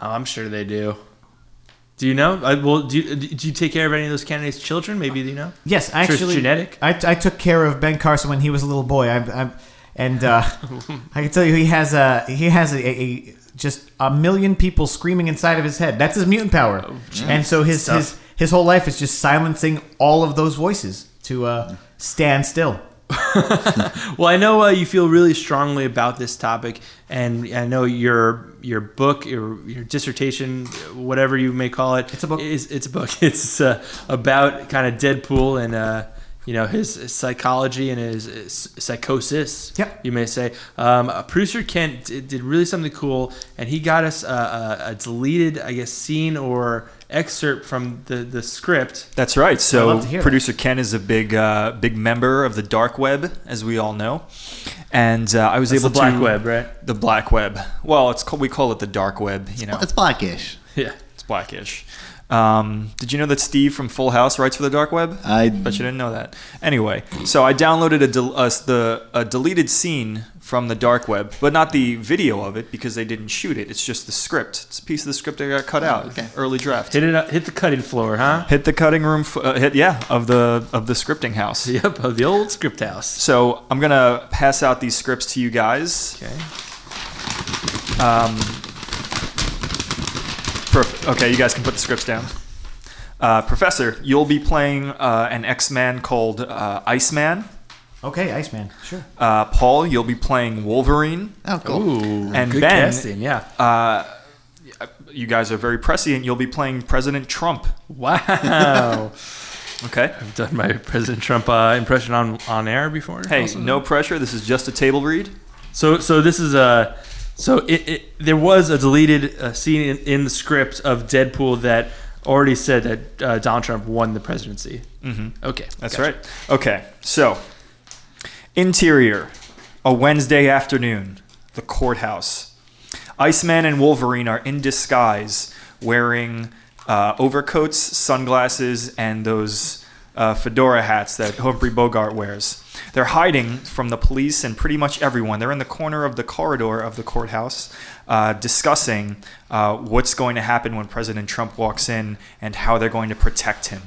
Speaker 1: Oh, I'm sure they do. Do you know? I, well, do you, do you take care of any of those candidates' children? Maybe do you know?
Speaker 7: Yes,
Speaker 1: it's
Speaker 7: actually,
Speaker 1: genetic.
Speaker 7: I, I took care of Ben Carson when he was a little boy. I, I, and uh, I can tell you, he has a he has a, a just a million people screaming inside of his head. That's his mutant power. and so his,
Speaker 1: Stuff.
Speaker 7: his his whole life is just silencing all of those voices to uh, stand still.
Speaker 1: Well, I know uh, you feel really strongly about this topic, and I know your your book, your your dissertation, whatever you may call it,
Speaker 7: It's a book.
Speaker 1: Is, it's a book. It's uh, about kind of Deadpool and uh, you know his psychology and his, his psychosis.
Speaker 7: Yep.
Speaker 1: You may say um, uh, producer Kent d- did really something cool, and he got us a, a, a deleted, I guess, scene or excerpt from the the script.
Speaker 3: That's right.
Speaker 7: I'd
Speaker 3: So
Speaker 7: love to hear that.
Speaker 3: producer Ken is a big, uh, big member of the dark web, as we all know, and uh, I was
Speaker 1: That's
Speaker 3: able
Speaker 1: the black
Speaker 3: to
Speaker 1: web, right?
Speaker 3: the black web. Well, it's called, we call it the dark web. You know,
Speaker 2: It's blackish.
Speaker 1: Yeah.
Speaker 3: it's blackish. Um, did you know that Steve from Full House writes for the dark web?
Speaker 2: I-
Speaker 3: bet you didn't know that. Anyway, so I downloaded a, del- uh, the a deleted scene from the dark web, but not the video of it because they didn't shoot it. It's just the script. It's a piece of the script that got cut out,
Speaker 2: okay.
Speaker 3: early draft.
Speaker 1: Hit it. Up, hit the cutting floor, huh?
Speaker 3: Hit the cutting room. F- uh, hit yeah of the of the scripting house.
Speaker 1: Yep, of the old script house.
Speaker 3: So I'm gonna pass out these scripts to you guys.
Speaker 1: Okay.
Speaker 3: Perfect. Okay, you guys can put the scripts down. Uh, Professor, you'll be playing uh, an X-Man called uh, Iceman.
Speaker 7: Okay, Iceman. Sure.
Speaker 3: Uh, Paul, you'll be playing Wolverine.
Speaker 2: Oh, cool.
Speaker 1: Ooh,
Speaker 3: And
Speaker 1: good
Speaker 3: Ben-
Speaker 1: casting, yeah.
Speaker 3: You guys are very prescient. You'll be playing President Trump.
Speaker 1: wow,
Speaker 3: Okay.
Speaker 1: I've done my President Trump uh, impression on on air before.
Speaker 3: Hey,
Speaker 1: also.
Speaker 3: no pressure. This is just a table read.
Speaker 1: So so this is a so it, it there was a deleted uh, scene in, in the script of Deadpool that already said that uh, Donald Trump won the presidency. Mm-hmm. Okay,
Speaker 3: That's
Speaker 1: gotcha.
Speaker 3: right. Okay. So, interior, a Wednesday afternoon, the courthouse. Iceman and Wolverine are in disguise, wearing uh, overcoats, sunglasses, and those uh, fedora hats that Humphrey Bogart wears. They're hiding from the police and pretty much everyone. They're in the corner of the corridor of the courthouse, uh, discussing uh, what's going to happen when President Trump walks in and how they're going to protect him.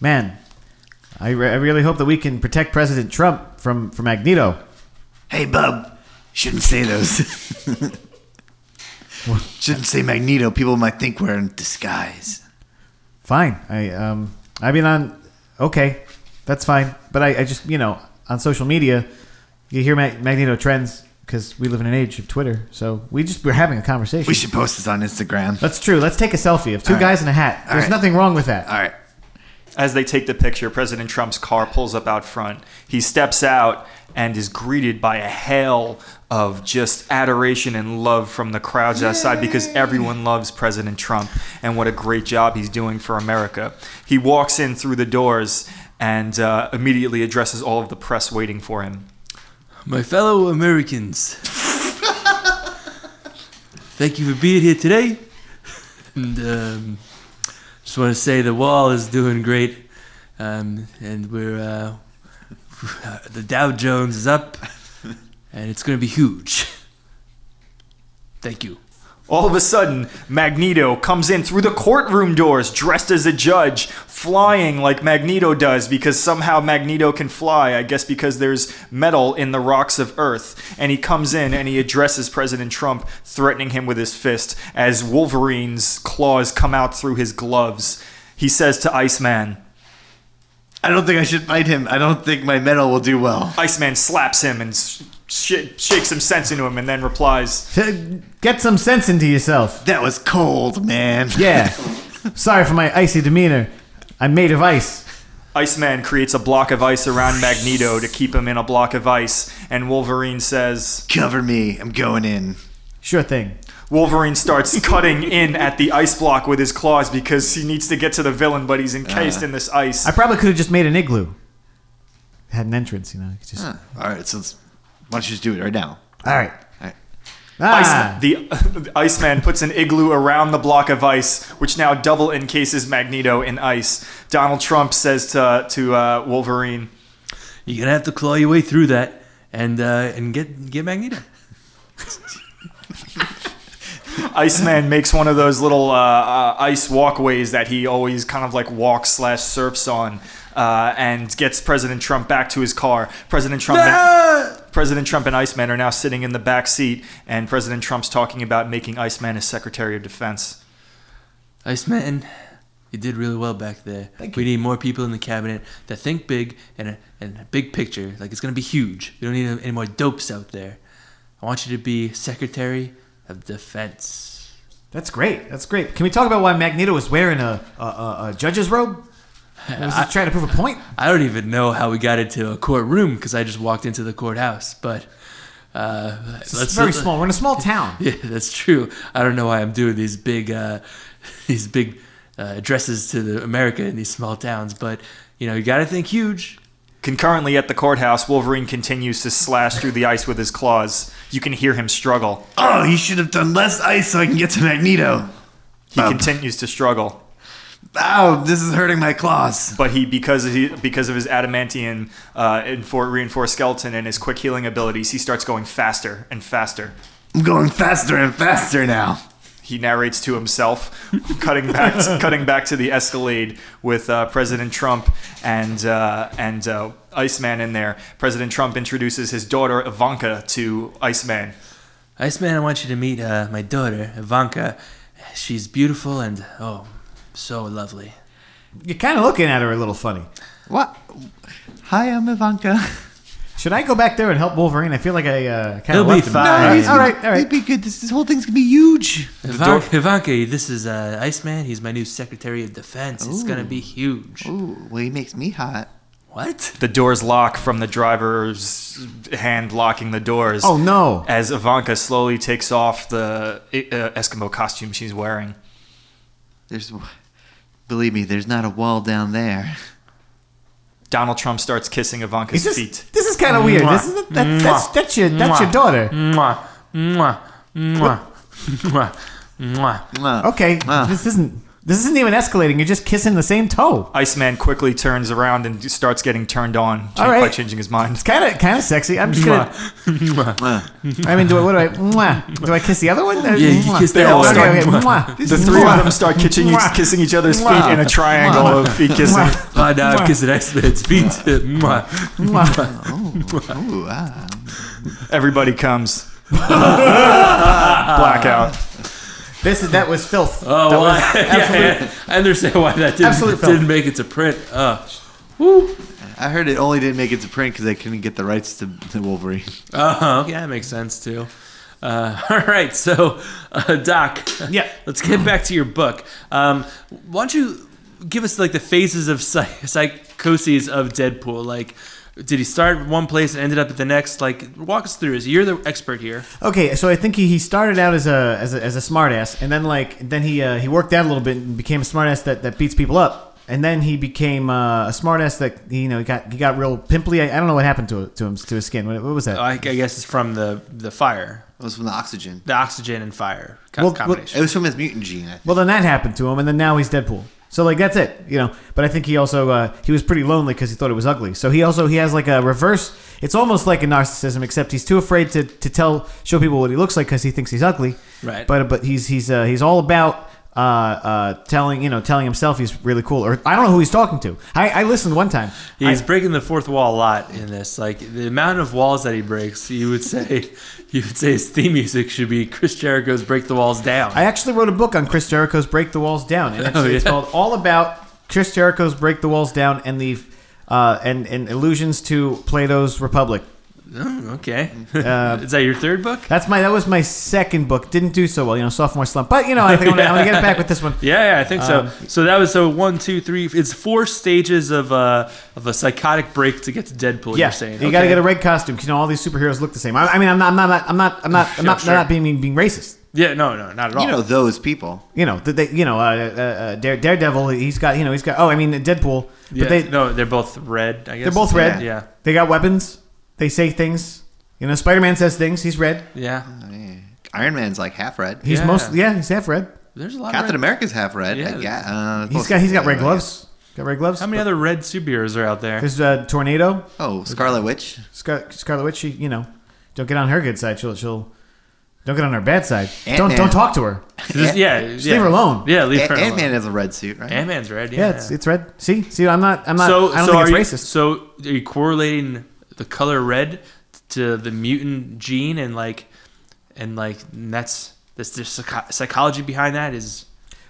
Speaker 7: Man, I, re- I really hope that we can protect President Trump from from Magneto.
Speaker 2: Hey, bub. Shouldn't say those. Shouldn't say Magneto. People might think we're in disguise.
Speaker 7: Fine. I um I've been on okay. That's fine. But I, I just you know on social media you hear Mag- Magneto trends because we live in an age of Twitter. So we just we're having a conversation.
Speaker 2: We should post this on Instagram.
Speaker 7: That's true. Let's take a selfie of two
Speaker 2: All right.
Speaker 7: guys in a hat. There's
Speaker 2: right.
Speaker 7: nothing wrong with that.
Speaker 2: All right.
Speaker 3: As they take the picture, President Trump's car pulls up out front. He steps out and is greeted by a hail of just adoration and love from the crowds outside because everyone loves President Trump and what a great job he's doing for America. He walks in through the doors and uh, immediately addresses all of the press waiting for him.
Speaker 1: My fellow Americans, thank you for being here today. And um, just want to say the wall is doing great, um, and we're uh, the Dow Jones is up, and it's going to be huge. Thank you.
Speaker 3: All of a sudden, Magneto comes in through the courtroom doors dressed as a judge, flying like Magneto does because somehow Magneto can fly, I guess because there's metal in the rocks of Earth. And he comes in and he addresses President Trump, threatening him with his fist as Wolverine's claws come out through his gloves. He says to Iceman,
Speaker 2: I don't think I should fight him. I don't think my medal will do well.
Speaker 3: Iceman slaps him and sh- sh- shakes some sense into him and then replies,
Speaker 7: Get some sense into yourself.
Speaker 2: That was cold, man.
Speaker 7: Yeah. Sorry for my icy demeanor. I'm made of ice.
Speaker 3: Iceman creates a block of ice around Magneto to keep him in a block of ice, and Wolverine says,
Speaker 2: Cover me. I'm going in.
Speaker 7: Sure thing.
Speaker 3: Wolverine starts cutting in at the ice block with his claws because he needs to get to the villain, but he's encased in this ice.
Speaker 7: I probably could have just made an igloo. Had an entrance, you know. you could Just,
Speaker 2: Huh. All right. So let's, why don't you just do it right now?
Speaker 7: All right.
Speaker 2: All right.
Speaker 7: Ah,
Speaker 3: Ice, the, the Iceman puts an igloo around the block of ice, which now double encases Magneto in ice. Donald Trump says to, to uh, Wolverine,
Speaker 1: You're gonna have to claw your way through that, and uh, and get get Magneto.
Speaker 3: Iceman makes one of those little uh, uh, ice walkways that he always kind of like walks slash surfs on, uh, and gets President Trump back to his car. President Trump. President Trump and Iceman are now sitting in the back seat, and President Trump's talking about making Iceman his Secretary of Defense.
Speaker 1: Iceman, you did really well back there. we need more people in the cabinet that think big and and a big picture. Like it's gonna be huge. We don't need any more dopes out there. I want you to be Secretary of Defense.
Speaker 7: That's great. That's great. Can we talk about why Magneto was wearing a, a, a, a judge's robe? Was he trying to prove a point?
Speaker 1: I don't even know how we got into a courtroom because I just walked into the courthouse. But uh,
Speaker 7: It's very small. We're in a small town.
Speaker 1: Yeah, that's true. I don't know why I'm doing these big, uh, these big uh, addresses to the America in these small towns, but you know you got to think huge.
Speaker 3: Concurrently at the courthouse, Wolverine continues to slash through the ice with his claws. You can hear him struggle.
Speaker 2: Oh, you should have done less ice so I can get to Magneto.
Speaker 3: He
Speaker 2: Um.
Speaker 3: continues to struggle,
Speaker 2: Ow, this is hurting my claws.
Speaker 3: but he because he because of his adamantium uh, infor- reinforced skeleton and his quick healing abilities, he starts going faster and faster.
Speaker 2: I'm going faster and faster now.
Speaker 3: He narrates to himself, cutting back cutting back to the Escalade with uh, President Trump and uh, and uh, Iceman in there. President Trump introduces his daughter Ivanka to Iceman.
Speaker 1: Iceman, I want you to meet uh, my daughter Ivanka. She's beautiful and oh, so lovely.
Speaker 7: You're kind of looking at her a little funny.
Speaker 2: What? Hi, I'm Ivanka.
Speaker 7: Should I go back there and help Wolverine? I feel like I uh, kind
Speaker 1: He'll
Speaker 7: of
Speaker 1: be
Speaker 7: left him.
Speaker 1: fine.
Speaker 7: All right, all right, all
Speaker 2: It'd
Speaker 7: right.
Speaker 2: be good. This, this whole thing's gonna be huge.
Speaker 1: Ivan- Ivanka, this is uh, Iceman. He's my new Secretary of Defense. It's gonna be huge.
Speaker 2: Ooh, well, he makes me hot.
Speaker 1: What?
Speaker 3: The doors lock from the driver's hand locking the doors.
Speaker 7: Oh no!
Speaker 3: As Ivanka slowly takes off the uh, Eskimo costume she's wearing.
Speaker 2: There's, believe me, there's not a wall down there.
Speaker 3: Donald Trump starts kissing Ivanka's
Speaker 7: Is this,
Speaker 3: feet.
Speaker 7: this is kind of weird. This is that, that's, that's your that's your daughter.
Speaker 1: Mwah, Mm. mwah, mwah, mwah, mwah.
Speaker 2: Mwah.
Speaker 7: Okay,
Speaker 2: Ah.
Speaker 7: this isn't this isn't even escalating. You're just kissing the same toe.
Speaker 3: Iceman quickly turns around and starts getting turned on
Speaker 7: All
Speaker 3: by
Speaker 7: right.
Speaker 3: changing his mind.
Speaker 7: It's kind of kind of sexy. I'm just gonna. I mean, do I what do I? Mwah. Do I kiss the other one? Yeah,
Speaker 1: you kiss the
Speaker 3: other one.
Speaker 7: Okay, okay, mwah.
Speaker 3: The three of them start kitching each, kissing each other's feet in a triangle of feet kissing.
Speaker 1: Oh, now I'm kissing Iceman's feet. Mwah.
Speaker 2: Ooh, ah.
Speaker 3: Everybody comes. Blackout.
Speaker 7: This is that was filth.
Speaker 3: Uh.
Speaker 1: Oh, well,
Speaker 7: that was
Speaker 1: yeah, yeah. I understand why that didn't,
Speaker 7: Absolute filth.
Speaker 1: didn't make it to print. Uh,
Speaker 2: I heard it only didn't make it to print because they couldn't get the rights to the Wolverine.
Speaker 1: uh, okay, that makes sense too. Uh, all right, so uh, Doc,
Speaker 7: Yeah.
Speaker 1: let's get back to your book. Um, why don't you give us like the phases of psych- psychoses of Deadpool? Like, did he start at one place and ended up at the next? Like, walk us through. this. You're the expert here.
Speaker 7: Okay, so I think he, he started out as a as a, as a smartass, and then like then he uh, he worked out a little bit and became a smartass that, that beats people up, and then he became uh, a smartass that you know he got he got real pimply. I, I don't know what happened to to him to his skin. What, what was that?
Speaker 1: I, I guess it's from the the fire,
Speaker 2: It was from the oxygen.
Speaker 1: the oxygen and fire co-
Speaker 7: Well, well-
Speaker 1: combination.
Speaker 2: It was from his mutant gene. I think.
Speaker 7: well, then that happened to him, and then now he's Deadpool. So like that's it, you know. But I think he also uh, he was pretty lonely because he thought it was ugly. So he also he has like a reverse. It's almost like a narcissism, except he's too afraid to, to tell show people what he looks like because he thinks he's ugly.
Speaker 1: Right.
Speaker 7: But but he's he's uh, he's all about uh, uh, telling you know telling himself he's really cool. Or I don't know who he's talking to. I, I listened one time.
Speaker 1: He's breaking the fourth wall a lot in this. Like the amount of walls that he breaks, you would say, you would say his theme music should be Chris Jericho's "Break the Walls Down."
Speaker 7: I actually wrote a book on Chris Jericho's Break the Walls Down, and it's,
Speaker 1: Oh,
Speaker 7: it's
Speaker 1: yeah.
Speaker 7: called All About Chris Jericho's Break the Walls Down and the uh, and and allusions to Plato's Republic.
Speaker 1: Mm, okay, is that your third book?
Speaker 7: That's my Uh, that was my second book. Didn't do so well, you know, sophomore slump. But you know, I think I'm, gonna, I'm gonna get it back with this one. Um,
Speaker 1: Yeah, yeah, I think so. So that was so one, two, three. It's four stages of a of a psychotic break to get to Deadpool.
Speaker 7: Yeah,
Speaker 1: you're saying
Speaker 7: you got to
Speaker 1: Okay.
Speaker 7: get a red costume. 'cause, You know, all these superheroes look the same. I, I mean, I'm not, I'm not, I'm not, I'm not, I'm not,
Speaker 1: sure.
Speaker 7: not being being racist.
Speaker 1: Yeah, no, no, not at all.
Speaker 2: you know those people.
Speaker 7: You know, they, you know, uh, uh, uh, Dare, Daredevil. He's got, you know, he's got. Oh, I mean, Deadpool. But
Speaker 1: yeah,
Speaker 7: they,
Speaker 1: no, they're both red. I guess
Speaker 7: they're both red.
Speaker 1: Yeah,
Speaker 7: they got weapons. They say things. You know, Spider Man says things. He's red.
Speaker 1: yeah.
Speaker 2: Eh. Iron Man's like half red.
Speaker 7: He's
Speaker 1: Yeah.
Speaker 7: most, yeah, he's half red.
Speaker 1: There's a lot.
Speaker 2: Captain
Speaker 1: of red.
Speaker 2: America's half red.
Speaker 1: Yeah.
Speaker 2: I guess. Uh,
Speaker 7: He's got, he's got red gloves. Got red gloves.
Speaker 1: How many other red superheroes are out there?
Speaker 7: There's a tornado.
Speaker 2: Oh, Scarlet Witch.
Speaker 7: Scar- Scarlet Witch, she, you know, don't get on her good side. She'll she'll Don't get on her bad side.
Speaker 2: Ant-Man.
Speaker 7: Don't don't talk to her.
Speaker 1: Just- yeah, yeah.
Speaker 7: leave her alone.
Speaker 1: Yeah, leave
Speaker 2: A-
Speaker 1: her
Speaker 2: Ant Man
Speaker 1: alone.
Speaker 2: has a red suit, right?
Speaker 1: Ant Man's red. Yeah,
Speaker 7: Yeah, it's it's red. See, see, I'm not I'm not.
Speaker 1: so
Speaker 7: I don't
Speaker 1: so
Speaker 7: think
Speaker 1: are
Speaker 7: it's
Speaker 1: you,
Speaker 7: racist.
Speaker 1: So are you correlating the color red to the mutant gene and like and like and that's that's the psycho- psychology behind that is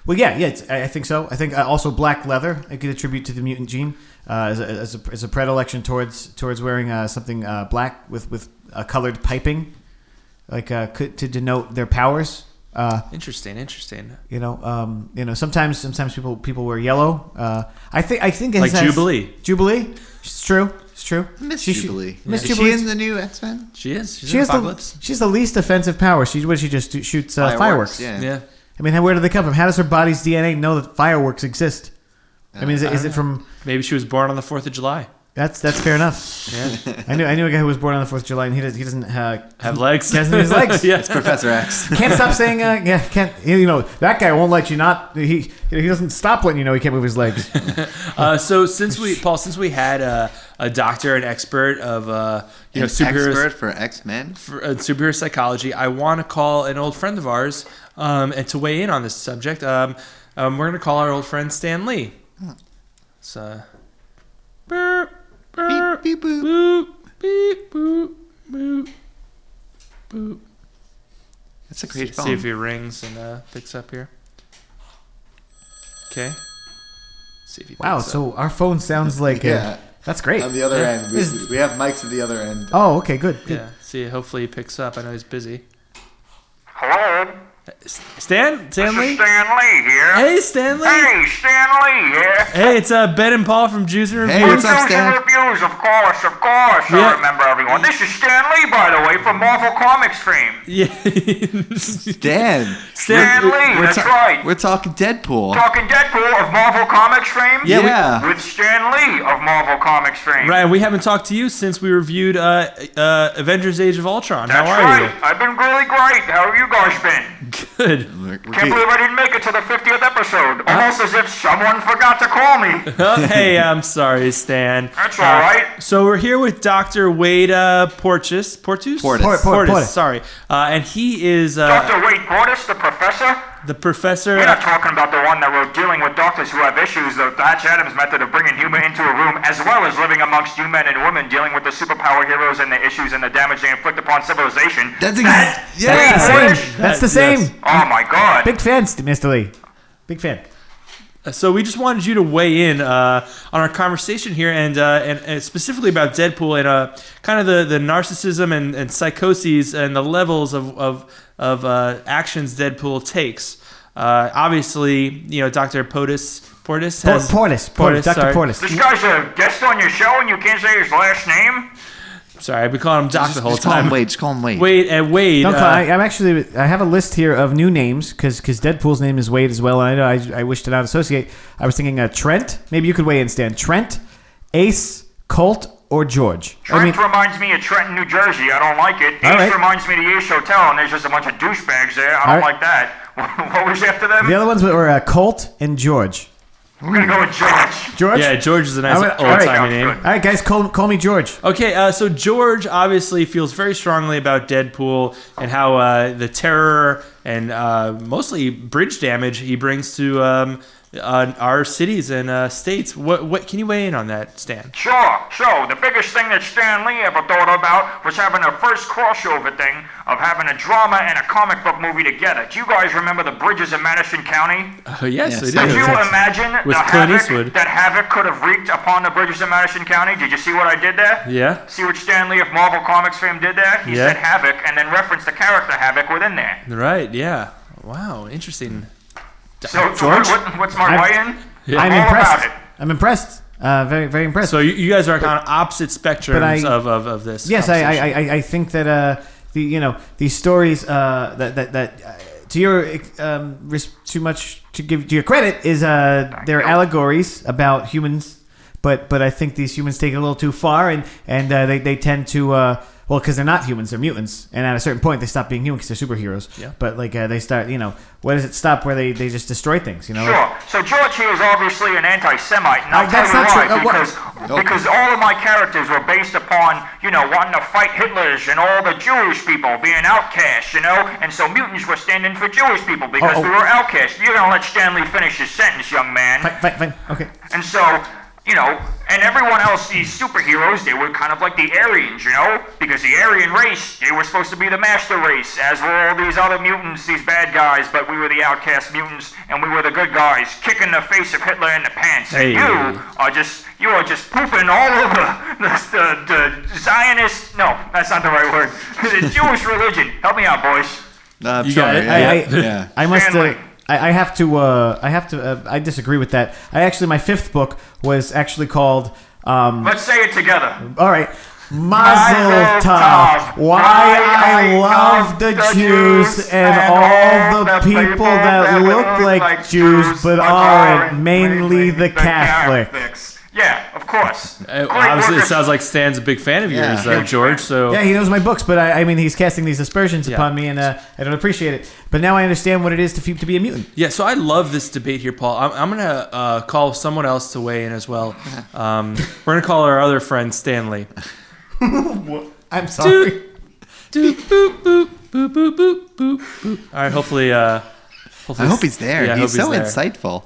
Speaker 7: Well, yeah, yeah, it's, I I think so. I think uh, also black leather I could attribute to the mutant gene uh, as, a, as, a, as a predilection towards towards wearing uh, something uh, black with with uh, colored piping, like uh, could, to denote their powers. Uh,
Speaker 1: interesting. Interesting.
Speaker 7: you know, um, you know. Sometimes, sometimes people people wear yellow. Uh, I think I think it
Speaker 1: Like
Speaker 7: has-
Speaker 1: Jubilee.
Speaker 7: Jubilee, it's true. It's true.
Speaker 2: Miss
Speaker 7: She- she-
Speaker 2: Jubilee.
Speaker 7: Miss
Speaker 2: Is
Speaker 7: Jubilee.
Speaker 2: she in the new X Men?
Speaker 1: She is. She's
Speaker 7: she
Speaker 1: in
Speaker 7: has
Speaker 1: apocalypse.
Speaker 7: the she's the least offensive power. She what she just do, shoots uh, fireworks.
Speaker 2: Yeah.
Speaker 1: yeah.
Speaker 7: I mean, how- where do they come from? How does her body's DNA know that fireworks exist? I mean, is
Speaker 2: Uh,
Speaker 7: it, is it from?
Speaker 1: Maybe she was born on the Fourth of July.
Speaker 7: That's that's fair enough.
Speaker 1: Yeah.
Speaker 7: I knew I knew a guy who was born on the Fourth of July, and he does, he doesn't uh,
Speaker 1: Have legs.
Speaker 7: Yes, and his legs.
Speaker 1: yeah.
Speaker 2: Professor X.
Speaker 7: can't stop saying uh, yeah can't you know that guy won't let you not he he doesn't stop letting you know he can't move his legs.
Speaker 1: Uh, so since we Paul, since we had a, a doctor, an expert of uh, you know
Speaker 2: An
Speaker 1: superheroes,
Speaker 2: expert for X Men.
Speaker 1: for, uh, superhero psychology, I want to call an old friend of ours um, and to weigh in on this subject. Um, um, we're going to call our old friend Stan Lee. So, burp, burp,
Speaker 2: Beep, beep, boop.
Speaker 1: boop, beep, boop, boop. boop.
Speaker 2: That's a great
Speaker 1: See if
Speaker 2: phone.
Speaker 1: he rings and uh, picks up here. Okay. See if he
Speaker 7: Wow,
Speaker 1: picks up.
Speaker 7: so our phone sounds like uh,
Speaker 8: Yeah.
Speaker 7: that's great.
Speaker 8: On the other end,
Speaker 7: This is-
Speaker 8: we, we have mics at the other end.
Speaker 7: oh, okay, good. good.
Speaker 1: yeah. See, hopefully he picks up. I know he's busy.
Speaker 5: Hello,
Speaker 1: S- Stan, Stan
Speaker 5: this
Speaker 1: Lee.
Speaker 5: is Stan Lee here.
Speaker 1: Hey, Stan Lee.
Speaker 5: Hey, Stan Lee here.
Speaker 1: Hey, it's uh, Ben and Paul from Juice and Reviews.
Speaker 2: Hey, what's up,
Speaker 5: Reviews and
Speaker 2: Stan?
Speaker 5: Reviews, of course, of course.
Speaker 1: Yeah.
Speaker 5: I remember everyone. This is Stan Lee, by the way, from Marvel Comics fame.
Speaker 1: Yeah.
Speaker 2: Dan.
Speaker 1: Stan
Speaker 5: Lee, that's right.
Speaker 2: We're talking Deadpool.
Speaker 5: Talking Deadpool of Marvel Comics fame.
Speaker 1: Yeah, we-
Speaker 2: Yeah.
Speaker 5: With Stan Lee of Marvel Comics fame.
Speaker 1: Ryan, we haven't talked to you since we reviewed uh, uh, Avengers Age of Ultron.
Speaker 5: That's
Speaker 1: How are
Speaker 5: right. I've been really great. How have you guys been?
Speaker 1: you? Good.
Speaker 2: We're- we're
Speaker 5: Can't
Speaker 2: good.
Speaker 5: believe I didn't make it to the 50th episode.
Speaker 1: Uh,
Speaker 5: Almost as if someone forgot to call me.
Speaker 1: Oh, hey, I'm sorry, Stan.
Speaker 5: That's all right.
Speaker 1: So we're here with Dr. Wade uh, Portis. Portus?
Speaker 2: Portis. Port-
Speaker 7: Port- Portis.
Speaker 1: sorry. Uh, and he is uh,
Speaker 5: Dr. Wade Portis, the professor?
Speaker 1: the professor.
Speaker 5: We're not talking about the one that we're dealing with doctors who have issues, the Thatch Adams method of bringing humor into a room, as well as living amongst you men and women dealing with the superpower heroes and the issues and the damage they inflict upon civilization.
Speaker 2: That's ex-
Speaker 7: That's
Speaker 2: yeah.
Speaker 7: the
Speaker 5: Portis?
Speaker 7: same. That's the
Speaker 1: Yes.
Speaker 7: same.
Speaker 5: Oh my god.
Speaker 7: Big fan, Mr. Lee. Big fan.
Speaker 1: So we just wanted you to weigh in uh, on our conversation here, and, uh, and and specifically about Deadpool and uh, kind of the, the narcissism and, and psychoses and the levels of of, of uh, actions Deadpool takes. Uh, obviously, you know Dr. Potus Portis
Speaker 7: Por-
Speaker 1: has
Speaker 7: Portis, Portis, Dr.
Speaker 1: sorry.
Speaker 7: Portis.
Speaker 5: This guy's a guest on your show and you can't say his last name?
Speaker 1: Sorry, I've been calling him Doc the whole
Speaker 2: Just call him
Speaker 1: time.
Speaker 2: Wade. Just call him Wade.
Speaker 1: Wade and Wade.
Speaker 7: Don't
Speaker 1: uh,
Speaker 7: call, I, I'm actually. I have a list here of new names because Deadpool's name is Wade as well, and I know I, I wish to not associate. I was thinking uh, Trent. Maybe you could weigh in, Stan. Trent, Ace, Colt, or George.
Speaker 5: Trent
Speaker 7: I mean,
Speaker 5: reminds me of Trenton, New Jersey. I don't like it. Ace
Speaker 7: All right.
Speaker 5: reminds me of the Ace Hotel, and there's just a bunch of douchebags there. I
Speaker 7: All
Speaker 5: don't
Speaker 7: right.
Speaker 5: like that. what was after them?
Speaker 7: the other ones were uh, Colt and George.
Speaker 5: We're gonna go with George.
Speaker 7: George.
Speaker 1: yeah, George is a nice
Speaker 7: I'm
Speaker 1: old
Speaker 7: gonna- all right.
Speaker 1: timey name.
Speaker 7: All right, guys, call call me George.
Speaker 1: Okay, uh, so George obviously feels very strongly about Deadpool and how uh, the terror and uh, mostly bridge damage he brings to um, uh, our cities and uh, states. What, what can you weigh in on that, Stan?
Speaker 5: Sure. So the biggest thing that Stan Lee ever thought about was having a first crossover thing of having a drama and a comic book movie together. Do you guys remember the bridges in Madison County?
Speaker 1: Uh, yes,
Speaker 2: Yes.
Speaker 1: I
Speaker 5: Could
Speaker 1: do.
Speaker 5: you
Speaker 7: that's-
Speaker 5: imagine
Speaker 1: with
Speaker 5: the
Speaker 1: Clint
Speaker 5: havoc
Speaker 1: Eastwood.
Speaker 5: that havoc could have wreaked upon the bridges in Madison County? Did you see what I did there?
Speaker 1: Yeah.
Speaker 5: See what Stan Lee of Marvel Comics fame did there? He
Speaker 1: Yeah.
Speaker 5: said havoc and then referenced the character havoc within there.
Speaker 1: Right, yeah. Wow, interesting.
Speaker 5: So so what, what, what's my
Speaker 7: I'm-
Speaker 5: weigh-in?
Speaker 7: I'm
Speaker 5: all
Speaker 7: impressed.
Speaker 5: about it.
Speaker 7: I'm impressed. Uh, very very impressed.
Speaker 1: So you, you guys are on opposite spectrums
Speaker 7: I-
Speaker 1: of, of, of this.
Speaker 7: Yes, I, I,
Speaker 1: conversation.
Speaker 7: I- I, I think that uh, the you know these stories uh, that that that uh, to your um, res- too much to give to your credit is uh, they're allegories about humans, but but I think these humans take it a little too far and and uh, they they tend to. Uh, Well, because they're not humans; they're mutants, and at a certain point, they stop being human because they're superheroes.
Speaker 1: Yeah.
Speaker 7: But like uh, they start, you know, where does it stop? Where they, they just destroy things, you know?
Speaker 5: Sure. So George here is obviously an anti-Semite, and
Speaker 7: Uh,
Speaker 5: I'll tell
Speaker 7: that's
Speaker 5: you
Speaker 7: not true. Uh,
Speaker 5: why.
Speaker 7: what-
Speaker 5: because because all of my characters were based upon you know wanting to fight Hitler's and all the Jewish people being outcasts, you know. And so mutants were standing for Jewish people because
Speaker 7: Oh, oh.
Speaker 5: we were outcasts. You're gonna let Stanley finish his sentence, young man.
Speaker 7: Fine, fine, fine. Okay.
Speaker 5: And so, you know, and everyone else, these superheroes, they were kind of like the Aryans, you know? Because the Aryan race, they were supposed to be the master race, as were all these other mutants, these bad guys, but we were the outcast mutants, and we were the good guys, kicking the face of Hitler in the pants.
Speaker 1: Hey.
Speaker 5: And you are just, you are just pooping all over the, the, the Zionist, no, that's not the right word, the Jewish religion. Help me out, boys.
Speaker 2: Uh, I'm
Speaker 1: You got
Speaker 2: sorry.
Speaker 1: it.
Speaker 2: Yeah.
Speaker 7: I, I,
Speaker 2: yeah.
Speaker 7: I must. Uh,
Speaker 5: Stanley.
Speaker 7: I, I have to. Uh, I have to. Uh, I disagree with that. I actually, my fifth book was actually called. Um,
Speaker 5: Let's say it together.
Speaker 7: all right. Mazel Tov!
Speaker 5: Mazel tov.
Speaker 7: Why I love the Jews and all the people that look like Jews but aren't, mainly the Catholic.
Speaker 5: Catholics. Yeah, of course.
Speaker 1: Uh,
Speaker 5: Great
Speaker 1: obviously, it
Speaker 5: workers.
Speaker 1: sounds like Stan's a big fan of
Speaker 2: Yeah.
Speaker 1: yours, uh, George. So
Speaker 7: Yeah, he knows my books, but I, I mean, he's casting these aspersions
Speaker 1: Yeah.
Speaker 7: upon me, and uh, I don't appreciate it. But now I understand what it is to, fe- to be a mutant.
Speaker 1: Yeah, so I love this debate here, Paul. I'm, I'm going to uh, call someone else to weigh in as well. Um, we're going to call our other friend Stanley.
Speaker 7: I'm sorry.
Speaker 1: Doop, boop, boop, boop, boop, boop, boop, boop. All right, hopefully. Uh, hopefully
Speaker 2: I hope he's there.
Speaker 1: Yeah, I
Speaker 2: he's
Speaker 1: hope
Speaker 2: so
Speaker 1: he's there.
Speaker 2: insightful.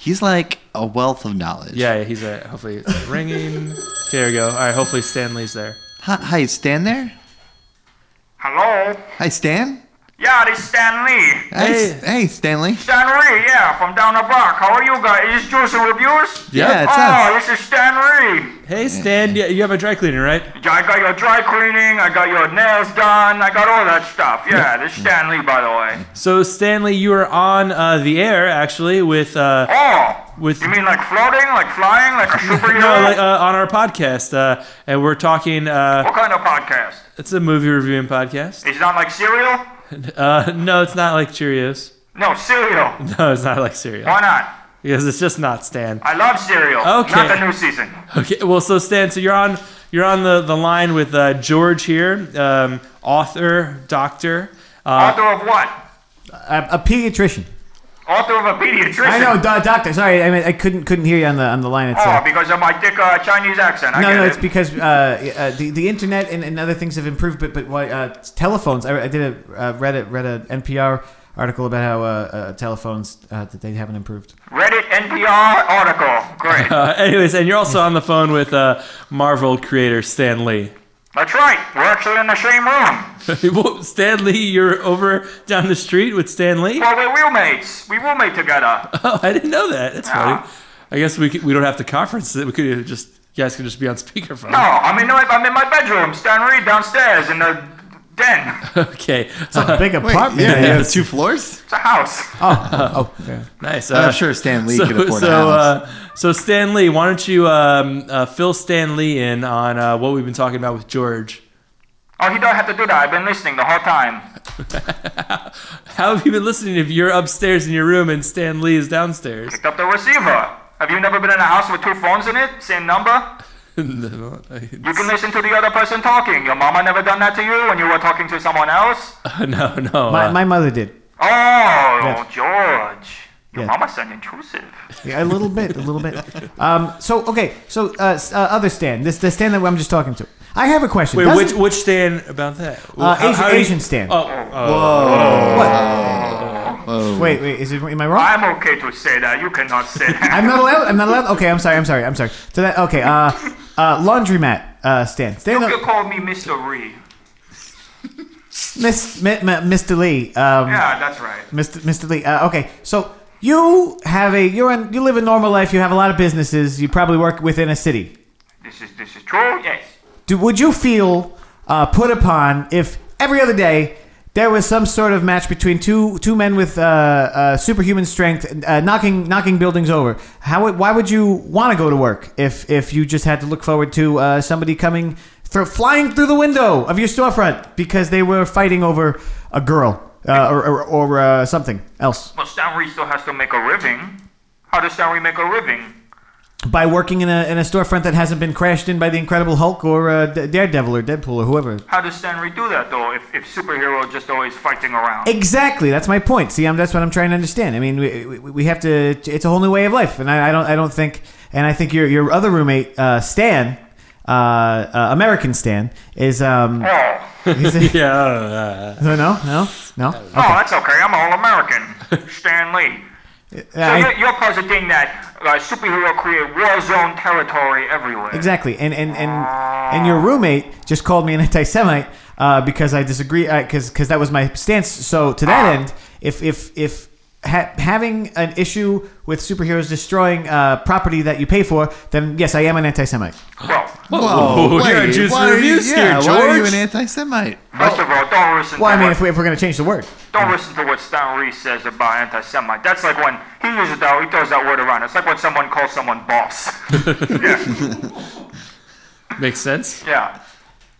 Speaker 2: He's like a wealth of knowledge.
Speaker 1: Yeah, yeah, he's there. Hopefully, it's ringing. There we go. All right, hopefully Stanley's there.
Speaker 2: Hi, hi, is Stan there?
Speaker 5: Hello?
Speaker 2: Hi, Stan.
Speaker 5: Yeah, this is Stan Lee.
Speaker 2: Hey,
Speaker 1: Hey.
Speaker 2: S- hey Stanley.
Speaker 5: Stan Lee, yeah, from down the block. How are you guys? Is this Juice and Reviews?
Speaker 2: Yeah, it's
Speaker 5: Oh,
Speaker 2: us.
Speaker 5: this is Stan Lee.
Speaker 1: Hey, Stan, yeah, you have a dry cleaner, right?
Speaker 5: I got your dry cleaning, I got your nails done, I got all that stuff. Yeah, this is Stan Lee, by the way.
Speaker 1: So, Stanley, you are on uh, the air, actually, with. Uh,
Speaker 5: Oh,
Speaker 1: With-
Speaker 5: you mean like floating, like flying, like a superhero?
Speaker 1: no, like, uh, on our podcast, uh, and we're talking. Uh,
Speaker 5: what kind of podcast?
Speaker 1: it's a movie reviewing podcast.
Speaker 5: Is it not like cereal?
Speaker 1: Uh, no, it's not like Cheerios.
Speaker 5: No, cereal.
Speaker 1: No, it's not like cereal
Speaker 5: Why not?
Speaker 1: because it's just not Stan.
Speaker 5: I love cereal.
Speaker 1: Okay.
Speaker 5: Not the new season.
Speaker 1: Okay, well, so Stan, so you're on you're on the the line with uh, George here, um, author, doctor. Uh,
Speaker 5: Author of what?
Speaker 7: A, a pediatrician.
Speaker 5: Author of a pediatrician.
Speaker 7: I know, do- doctor. Sorry, I mean, I couldn't couldn't hear you on the on the line
Speaker 5: Oh,
Speaker 7: itself.
Speaker 5: because of my thick uh, Chinese accent. I
Speaker 7: no,
Speaker 5: get
Speaker 7: no,
Speaker 5: it.
Speaker 7: it's because uh, uh, the the internet and, and other things have improved, but but why uh, telephones? I, I did a uh, read a read a NPR article about how uh, uh, telephones uh, that they haven't improved.
Speaker 5: Reddit NPR article. Great.
Speaker 1: uh, anyways, and you're also on the phone with uh, Marvel creator Stan Lee.
Speaker 5: That's right. We're actually in the same room.
Speaker 1: Whoa, Stan Lee, you're over down the street with Stan Lee.
Speaker 5: Well, we're roommates. We roommate together.
Speaker 1: Oh, I didn't know that. That's
Speaker 5: Yeah.
Speaker 1: funny. I guess we could, we don't have to conference it. We could just you guys can just be on speakerphone.
Speaker 5: No, Oh, I'm in, I'm in my bedroom. Stan Reed downstairs in the den.
Speaker 1: Okay,
Speaker 7: A big apartment.
Speaker 2: yeah,
Speaker 7: they
Speaker 2: you
Speaker 7: have.
Speaker 2: have two floors.
Speaker 5: It's a house.
Speaker 7: Oh, yeah.
Speaker 1: nice.
Speaker 2: I'm
Speaker 1: uh,
Speaker 2: sure Stan Lee
Speaker 1: so,
Speaker 2: could afford
Speaker 1: so,
Speaker 2: a house.
Speaker 1: Uh, so Stan Lee, why don't you um, uh, fill Stan Lee in on uh, what we've been talking about with George?
Speaker 5: Oh, he don't have to do that. I've been listening the whole time.
Speaker 1: How have you been listening if you're upstairs in your room and Stan Lee is downstairs?
Speaker 5: Picked up the receiver. Have you never been in a house with two phones in it? Same number?
Speaker 1: No,
Speaker 5: You can listen to the other person talking. Your mama never done that to you when you were talking to someone else?
Speaker 1: no. no
Speaker 7: my,
Speaker 1: uh,
Speaker 7: my mother did.
Speaker 5: Oh, George. Your
Speaker 7: Yes.
Speaker 5: mama's an intrusive.
Speaker 7: Yeah, a little bit, a little bit. Um, so okay, so uh, s- uh, other Stan, this the Stan that I'm just talking to. I have a question.
Speaker 1: Wait,
Speaker 7: Doesn't-
Speaker 1: which which Stan about that?
Speaker 7: uh,
Speaker 1: How-
Speaker 7: Asian,
Speaker 1: how do you-
Speaker 7: Asian Stan?
Speaker 1: Oh, oh,
Speaker 7: Wait, wait, is it am I wrong?
Speaker 5: I'm okay to say that. You cannot say that.
Speaker 7: I'm not allowed. I'm not allowed. Okay, I'm sorry. I'm sorry. I'm sorry. So that okay. Uh, uh, laundromat. Uh, Stan. Stan.
Speaker 5: You
Speaker 7: uh,
Speaker 5: call me Mr. Reed.
Speaker 7: Miss, mi, mi, Mr. Lee. Um,
Speaker 5: Yeah, that's right.
Speaker 7: Mr. Mr. Lee. Uh, okay. So you have a you're in, you live a normal life. You have a lot of businesses. You probably work within a city.
Speaker 5: This is this is true. Yes.
Speaker 7: Do, would you feel uh, put upon if every other day there was some sort of match between two two men with uh, uh, superhuman strength uh, knocking knocking buildings over? How would, why would you want to go to work if if you just had to look forward to uh, somebody coming thro- flying through the window of your storefront because they were fighting over a girl uh, or or, or uh, something else?
Speaker 5: But Stan Reed still has to make a living. How does Stan Reed make a living?
Speaker 7: by working in a, in a storefront that hasn't been crashed in by the Incredible Hulk or uh, D- Daredevil or Deadpool or whoever.
Speaker 5: How does Stanley do that though? If, if superhero just always fighting around.
Speaker 7: Exactly. That's my point. See, I'm, that's what I'm trying to understand. I mean, we, we, we have to. It's a whole new way of life, and I, I don't. I don't think. And I think your your other roommate, uh, Stan, uh, uh, American Stan, is um.
Speaker 5: oh.
Speaker 7: Is it,
Speaker 1: Yeah. uh,
Speaker 7: no, no, no.
Speaker 5: Oh, that's okay. I'm all American. Stan Lee. So
Speaker 7: I-
Speaker 5: you're, you're positing that uh, superhero create war zone territory everywhere.
Speaker 7: Exactly, and and and and your roommate just called me an anti-Semite uh, because I disagree, because because that was my stance. So to that end, if if if ha- having an issue with superheroes destroying uh, property that you pay for, then yes, I am an anti-Semite.
Speaker 5: Well,
Speaker 1: Whoa, you're a juice
Speaker 2: why are you,
Speaker 1: reviews here,
Speaker 2: yeah,
Speaker 1: George.
Speaker 2: why are you an anti-Semite?
Speaker 5: first of all, don't listen
Speaker 7: Well,
Speaker 5: to
Speaker 7: I mean,
Speaker 5: what-
Speaker 7: if, we, if we're going to change the word,
Speaker 5: Don't listen to what Stan Lee says about anti-Semite. That's like when he uses that, he throws that word around. It's like when someone calls someone boss.
Speaker 1: Makes sense.
Speaker 5: Yeah.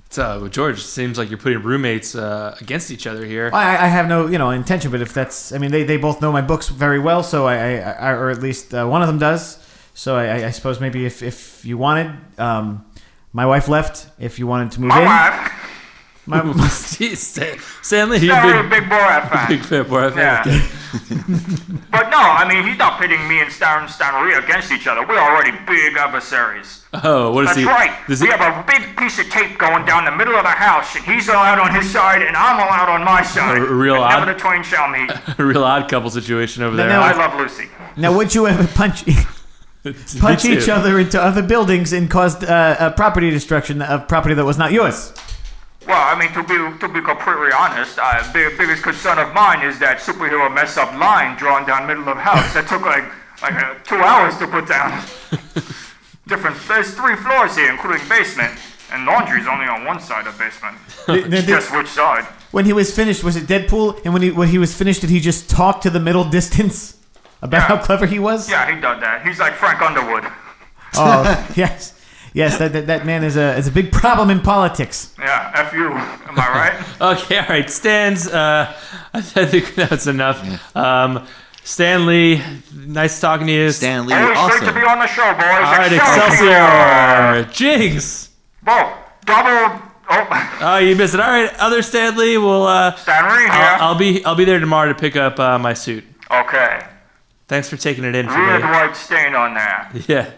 Speaker 1: So, George, it seems like you're putting roommates uh, against each other here.
Speaker 7: I, I have no you know intention. But if that's, I mean, they, they both know my books very well, so I, I, I or at least uh, one of them does. So I, I- I suppose maybe if if you wanted, um, my wife left. If you wanted to move
Speaker 5: My
Speaker 7: in,
Speaker 5: wife,
Speaker 7: my,
Speaker 1: Jeez, Stan- Stanley, you
Speaker 5: Stan Lee,
Speaker 1: big,
Speaker 5: big Borat
Speaker 1: big
Speaker 5: fan.
Speaker 1: fan boy.
Speaker 5: Yeah. but no, I mean, he's not pitting me and Stan, Stan Lee against each other. We're already big adversaries.
Speaker 1: Oh, what is
Speaker 5: That's
Speaker 1: he?
Speaker 5: right.
Speaker 1: Does
Speaker 5: we
Speaker 1: he
Speaker 5: have a big piece of tape going down the middle of the house, and he's allowed on his side, and I'm allowed on my side.
Speaker 1: A real
Speaker 5: and
Speaker 1: odd-
Speaker 5: Never the twain shall meet.
Speaker 1: a real odd couple situation over there?
Speaker 7: no,
Speaker 5: I love Lucy.
Speaker 7: Now, would you ever punch punch
Speaker 1: Me
Speaker 7: each
Speaker 1: too.
Speaker 7: other into other buildings and cause uh, a property destruction of property that was not yours?
Speaker 5: Well, I mean, to be to be completely honest, uh, the biggest concern of mine is that superhero mess up line drawn down middle of house. that took like like uh, two hours to put down. Different. There's three floors here, including basement, and laundry's only on one side of basement.
Speaker 7: Th- th-
Speaker 5: Guess which side?
Speaker 7: when he was finished, was it Deadpool? And when he when he was finished, did he just talk to the middle distance about how
Speaker 5: Yeah.
Speaker 7: clever he was?
Speaker 5: Yeah, he done that. He's like Frank Underwood.
Speaker 7: Oh, yes, yes. That, that that man is a is a big problem in politics.
Speaker 5: Yeah, f you. Am I right?
Speaker 1: Okay, all right. Stan's, uh, I think that's enough. Um, Stan Lee, nice talking to you.
Speaker 2: Stan Lee,
Speaker 5: Always great to
Speaker 2: awesome.
Speaker 5: be on the show, boys.
Speaker 1: All right, Excelsior. Jinx.
Speaker 5: Whoa, double. Oh,
Speaker 1: Oh, you missed it. All right, other Stan Lee. Well, uh,
Speaker 5: Stanley here.
Speaker 1: I'll, I'll be I'll be there tomorrow to pick up uh, my suit.
Speaker 5: okay.
Speaker 1: Thanks for taking it in for
Speaker 5: Weird
Speaker 1: me.
Speaker 5: white stain on there.
Speaker 1: Yeah.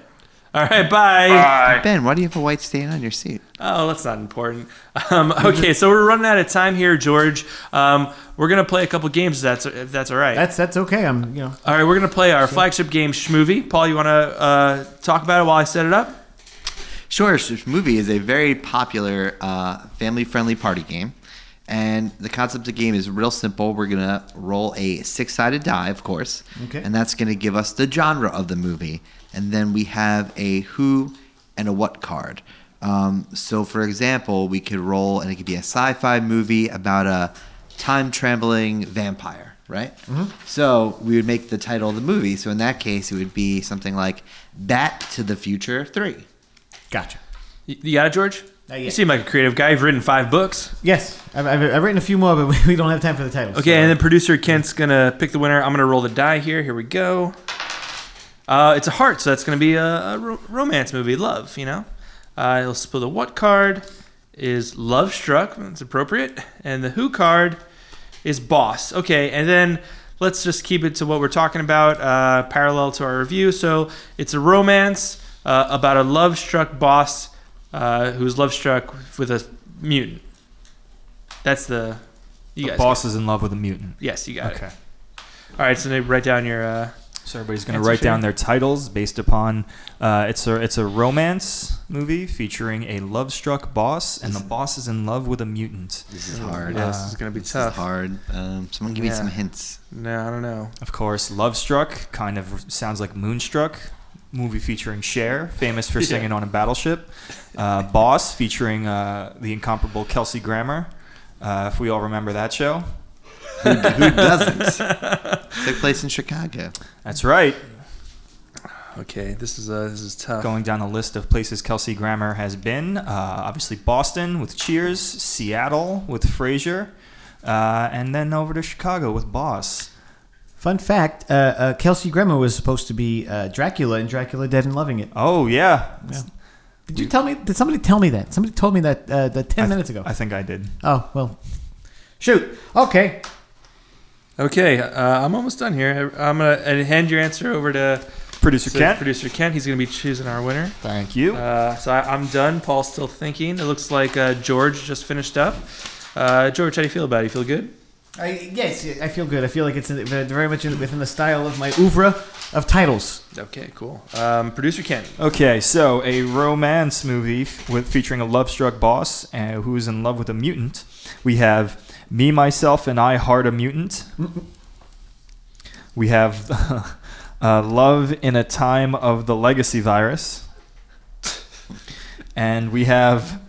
Speaker 1: All right, bye.
Speaker 5: Bye.
Speaker 2: Ben, why do you have a white stain on your suit?
Speaker 1: Oh, that's not important. Um, okay, so we're running out of time here, George. Um, we're gonna play a couple games. If that's if that's all right.
Speaker 7: That's that's okay. I'm you know
Speaker 1: all right, we're gonna play our flagship game, Schmovie. Paul, you wanna uh, talk about it while I set it up?
Speaker 2: Sure, this movie is a very popular uh, family friendly party game. And the concept of the game is real simple. We're going to roll a six sided die, of course.
Speaker 7: Okay.
Speaker 2: And that's going to give us the genre of the movie. And then we have a who and a what card. Um, so, for example, we could roll, and it could be a sci fi movie about a time traveling vampire, right? So, we would make the title of the movie. So, in that case, it would be something like Bat to the Future 3.
Speaker 7: gotcha.
Speaker 1: You, you got it, George?
Speaker 7: Not yet.
Speaker 1: You seem like a creative guy. You've written five books.
Speaker 7: Yes, I've, I've, I've written a few more, but we don't have time for the titles.
Speaker 1: Okay,
Speaker 7: so-
Speaker 1: and then producer Kent's gonna pick the winner. I'm gonna roll the die here. Here we go. Uh, it's a heart, so that's gonna be a, a ro- romance movie, love. You know, uh, it'll spill the what card is love struck. That's appropriate, and the who card is boss. Okay, and then let's just keep it to what we're talking about, uh, parallel to our review. So it's a romance uh, about a love struck boss uh, who's love struck with a mutant. That's the you guys.
Speaker 6: Boss is in love with a mutant.
Speaker 1: Yes, you got
Speaker 6: Okay.
Speaker 1: it. All right, so now write down your. Uh,
Speaker 6: So everybody's going to
Speaker 1: Answer
Speaker 6: write
Speaker 1: sheet.
Speaker 6: down their titles based upon uh, it's a it's a romance movie featuring a love-struck boss, and the boss is in love with a mutant.
Speaker 2: This is hard.
Speaker 1: Oh, yeah, this is gonna be
Speaker 2: This
Speaker 1: tough.
Speaker 2: is hard. Um, someone give
Speaker 1: Yeah.
Speaker 2: me some hints.
Speaker 1: No, I don't know.
Speaker 6: Of course, love-struck kind of sounds like moonstruck. Movie featuring Cher, famous for singing on a battleship. Uh, boss featuring uh, the incomparable Kelsey Grammer. Uh, if we all remember that show,
Speaker 2: Who doesn't? Took place in Chicago.
Speaker 6: that's right.
Speaker 1: Okay, this is uh, this is tough.
Speaker 6: Going down the list of places Kelsey Grammer has been, uh, obviously Boston with Cheers, Seattle with Frasier, uh, and then over to Chicago with Boss.
Speaker 7: Fun fact: uh, uh, Kelsey Grammer was supposed to be uh, Dracula in Dracula Dead and Loving It.
Speaker 3: Oh yeah,
Speaker 7: Did you tell me? Did somebody tell me that? Somebody told me that uh, that ten
Speaker 3: I th-
Speaker 7: minutes ago.
Speaker 3: I think I did.
Speaker 7: oh well, shoot. Okay,
Speaker 1: Okay, uh, I'm almost done here. I'm gonna uh, hand your answer over to,
Speaker 3: Producer
Speaker 1: to
Speaker 3: Kent,
Speaker 1: producer Kent. He's gonna be choosing our winner.
Speaker 3: thank you.
Speaker 1: Uh, so I, I'm done. Paul's still thinking. It looks like uh, George just finished up. Uh, George, how do you feel about it? You feel good?
Speaker 7: I, yes, I feel good. I feel like it's in, very much in, within the style of my oeuvre of titles.
Speaker 1: Okay, cool. Um, producer Kent.
Speaker 3: Okay, so a romance movie f- with featuring a love-struck boss uh, who is in love with a mutant. We have Me, Myself, and I Heart a Mutant. We have uh, Love in a Time of the Legacy Virus. And we have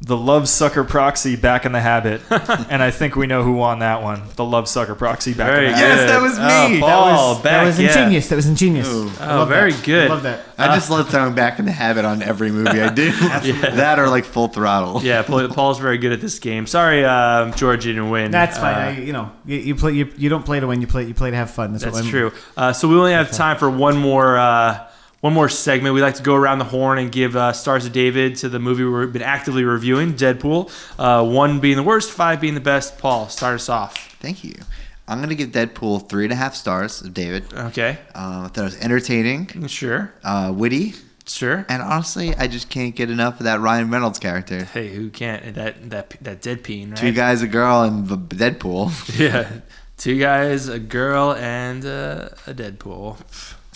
Speaker 3: The Love Sucker Proxy Back in the Habit. and I think we know who won that one. The Love Sucker Proxy Back in the Habit.
Speaker 2: Yes, that was me.
Speaker 1: Oh, Paul, back,
Speaker 7: that was
Speaker 1: yeah.
Speaker 7: ingenious. That was ingenious.
Speaker 2: Ooh.
Speaker 7: I
Speaker 1: Oh,
Speaker 7: love
Speaker 1: very
Speaker 7: that.
Speaker 1: good.
Speaker 7: I love that.
Speaker 2: I just love throwing back in the habit on every movie I do. That or like full throttle.
Speaker 1: Yeah, Paul, Paul's very good at this game. Sorry, um, George, you didn't win.
Speaker 7: That's fine.
Speaker 1: Uh,
Speaker 7: I, you know, you, you play. You, you don't play to win. You play. You play to have fun. That's, what
Speaker 1: That's
Speaker 7: I'm-
Speaker 1: true. Uh, so we only have time for one more uh, one more segment. We like to go around the horn and give uh, stars to David to the movie we've been actively reviewing, Deadpool. Uh, one being the worst, five being the best. Paul, start us off.
Speaker 2: Thank you. I'm gonna give Deadpool three and a half stars of David.
Speaker 1: Okay,
Speaker 2: Um, I thought it was entertaining,
Speaker 1: sure,
Speaker 2: uh, witty,
Speaker 1: sure.
Speaker 2: and honestly, I just can't get enough of that Ryan Reynolds character.
Speaker 1: Hey, who can't that that that dead peen? Right?
Speaker 2: Two guys, a girl, and the Deadpool.
Speaker 1: yeah, two guys, a girl, and uh, a Deadpool.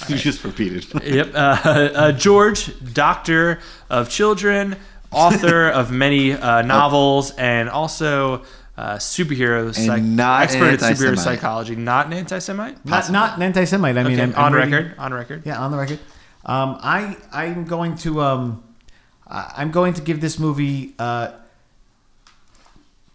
Speaker 2: You just repeated.
Speaker 1: Yep. Uh, uh, George, doctor of children, author of many uh, novels, and also uh, superhero psych-
Speaker 2: not
Speaker 1: expert
Speaker 2: an
Speaker 1: at superhero
Speaker 2: anti-Semite.
Speaker 1: psychology. Not an anti-Semite.
Speaker 7: Not not an anti-Semite. I mean,
Speaker 1: Okay,
Speaker 7: I'm,
Speaker 1: on
Speaker 7: I'm ready-
Speaker 1: record. On record.
Speaker 7: Yeah, on the record. Um, I I'm going to um, I- I'm going to give this movie uh,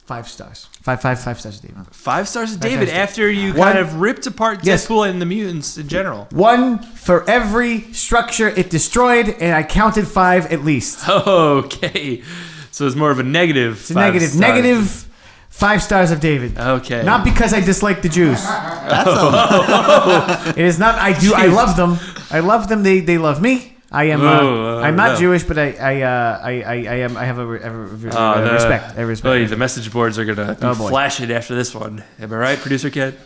Speaker 7: five stars. Five five five stars, David.
Speaker 1: Five stars to
Speaker 7: Five
Speaker 1: David
Speaker 7: stars to-
Speaker 1: after you
Speaker 7: One-
Speaker 1: kind of ripped apart
Speaker 7: Yes.
Speaker 1: Deadpool and the mutants in general.
Speaker 7: One for every structure it destroyed, and I counted five at least.
Speaker 1: Okay. So it's more of a negative.
Speaker 7: It's a negative negative five stars of David.
Speaker 1: Okay.
Speaker 7: Not because I dislike the Jews. it is not. I do. I love them. I love them. They they love me. I am. Uh,
Speaker 1: Oh, uh,
Speaker 7: I'm not
Speaker 1: no.
Speaker 7: Jewish, but I I, uh, I I I am. I have a, re- I have a re-
Speaker 1: Oh,
Speaker 7: uh,
Speaker 1: the-
Speaker 7: respect. I respect.
Speaker 1: Oh, yeah, the message boards are gonna
Speaker 7: Oh, boy.
Speaker 1: flash it after this one. Am I right, producer kid?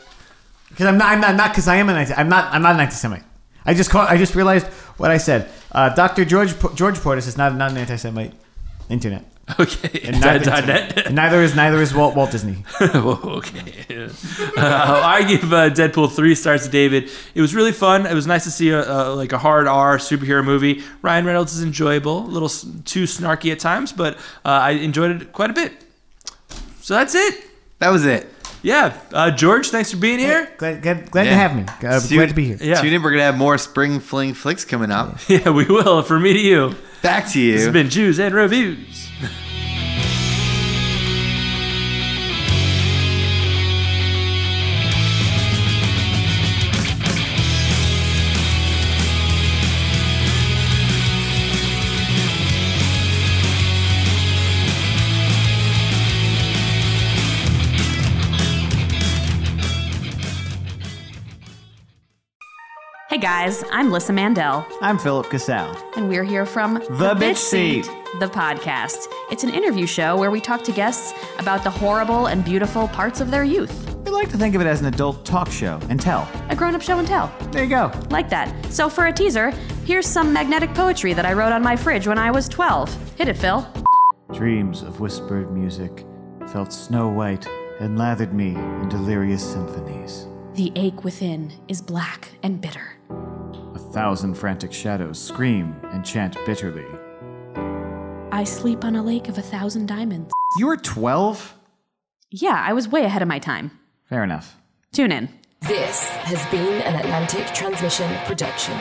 Speaker 7: Because I'm not, I'm not, not because I am an anti. I'm not, I'm not an anti-Semite. I just call, I just realized what I said. Uh, Doctor George Po- George Portis is not not an anti-Semite. Internet.
Speaker 1: Okay.
Speaker 7: Neither,
Speaker 1: Dot net.
Speaker 7: and neither is neither is Walt Walt Disney.
Speaker 1: Whoa, okay. Uh, I give uh, Deadpool three stars to David. It was really fun. It was nice to see a, a like a hard R superhero movie. Ryan Reynolds is enjoyable, a little s- too snarky at times, but uh, I enjoyed it quite a bit. So that's it.
Speaker 2: that was it.
Speaker 1: Yeah, uh, George, thanks for being here.
Speaker 7: Glad glad, glad to
Speaker 2: Yeah.
Speaker 7: have me. Uh,
Speaker 2: Suit-
Speaker 7: glad to be here.
Speaker 1: Yeah,
Speaker 2: Tune in. We're gonna have more spring fling flicks coming up.
Speaker 1: yeah, we will. From me to you.
Speaker 2: Back to
Speaker 1: This
Speaker 2: you.
Speaker 1: has been Jews and Reviews.
Speaker 9: Hey guys, I'm Lissa Mandel,
Speaker 7: I'm Philip Casal.
Speaker 9: and we're here from
Speaker 7: The Bitch Seat.
Speaker 9: the podcast. It's an interview show where we talk to guests about the horrible and beautiful parts of their youth.
Speaker 7: We like to think of it as an adult talk show and tell.
Speaker 9: A grown up show and tell,
Speaker 7: There you go.
Speaker 9: like that. So, for a teaser, here's some magnetic poetry that I wrote on my fridge when I was 12. Hit it, Phil.
Speaker 7: Dreams of whispered music felt snow white and lathered me in delirious symphonies.
Speaker 9: The ache within is black and bitter.
Speaker 7: A thousand frantic shadows scream and chant bitterly.
Speaker 9: I sleep on a lake of a thousand diamonds.
Speaker 7: You were 12?
Speaker 9: Yeah, I was way ahead of my time.
Speaker 7: Fair enough.
Speaker 9: Tune in.
Speaker 10: This has been an Atlantic Transmission production.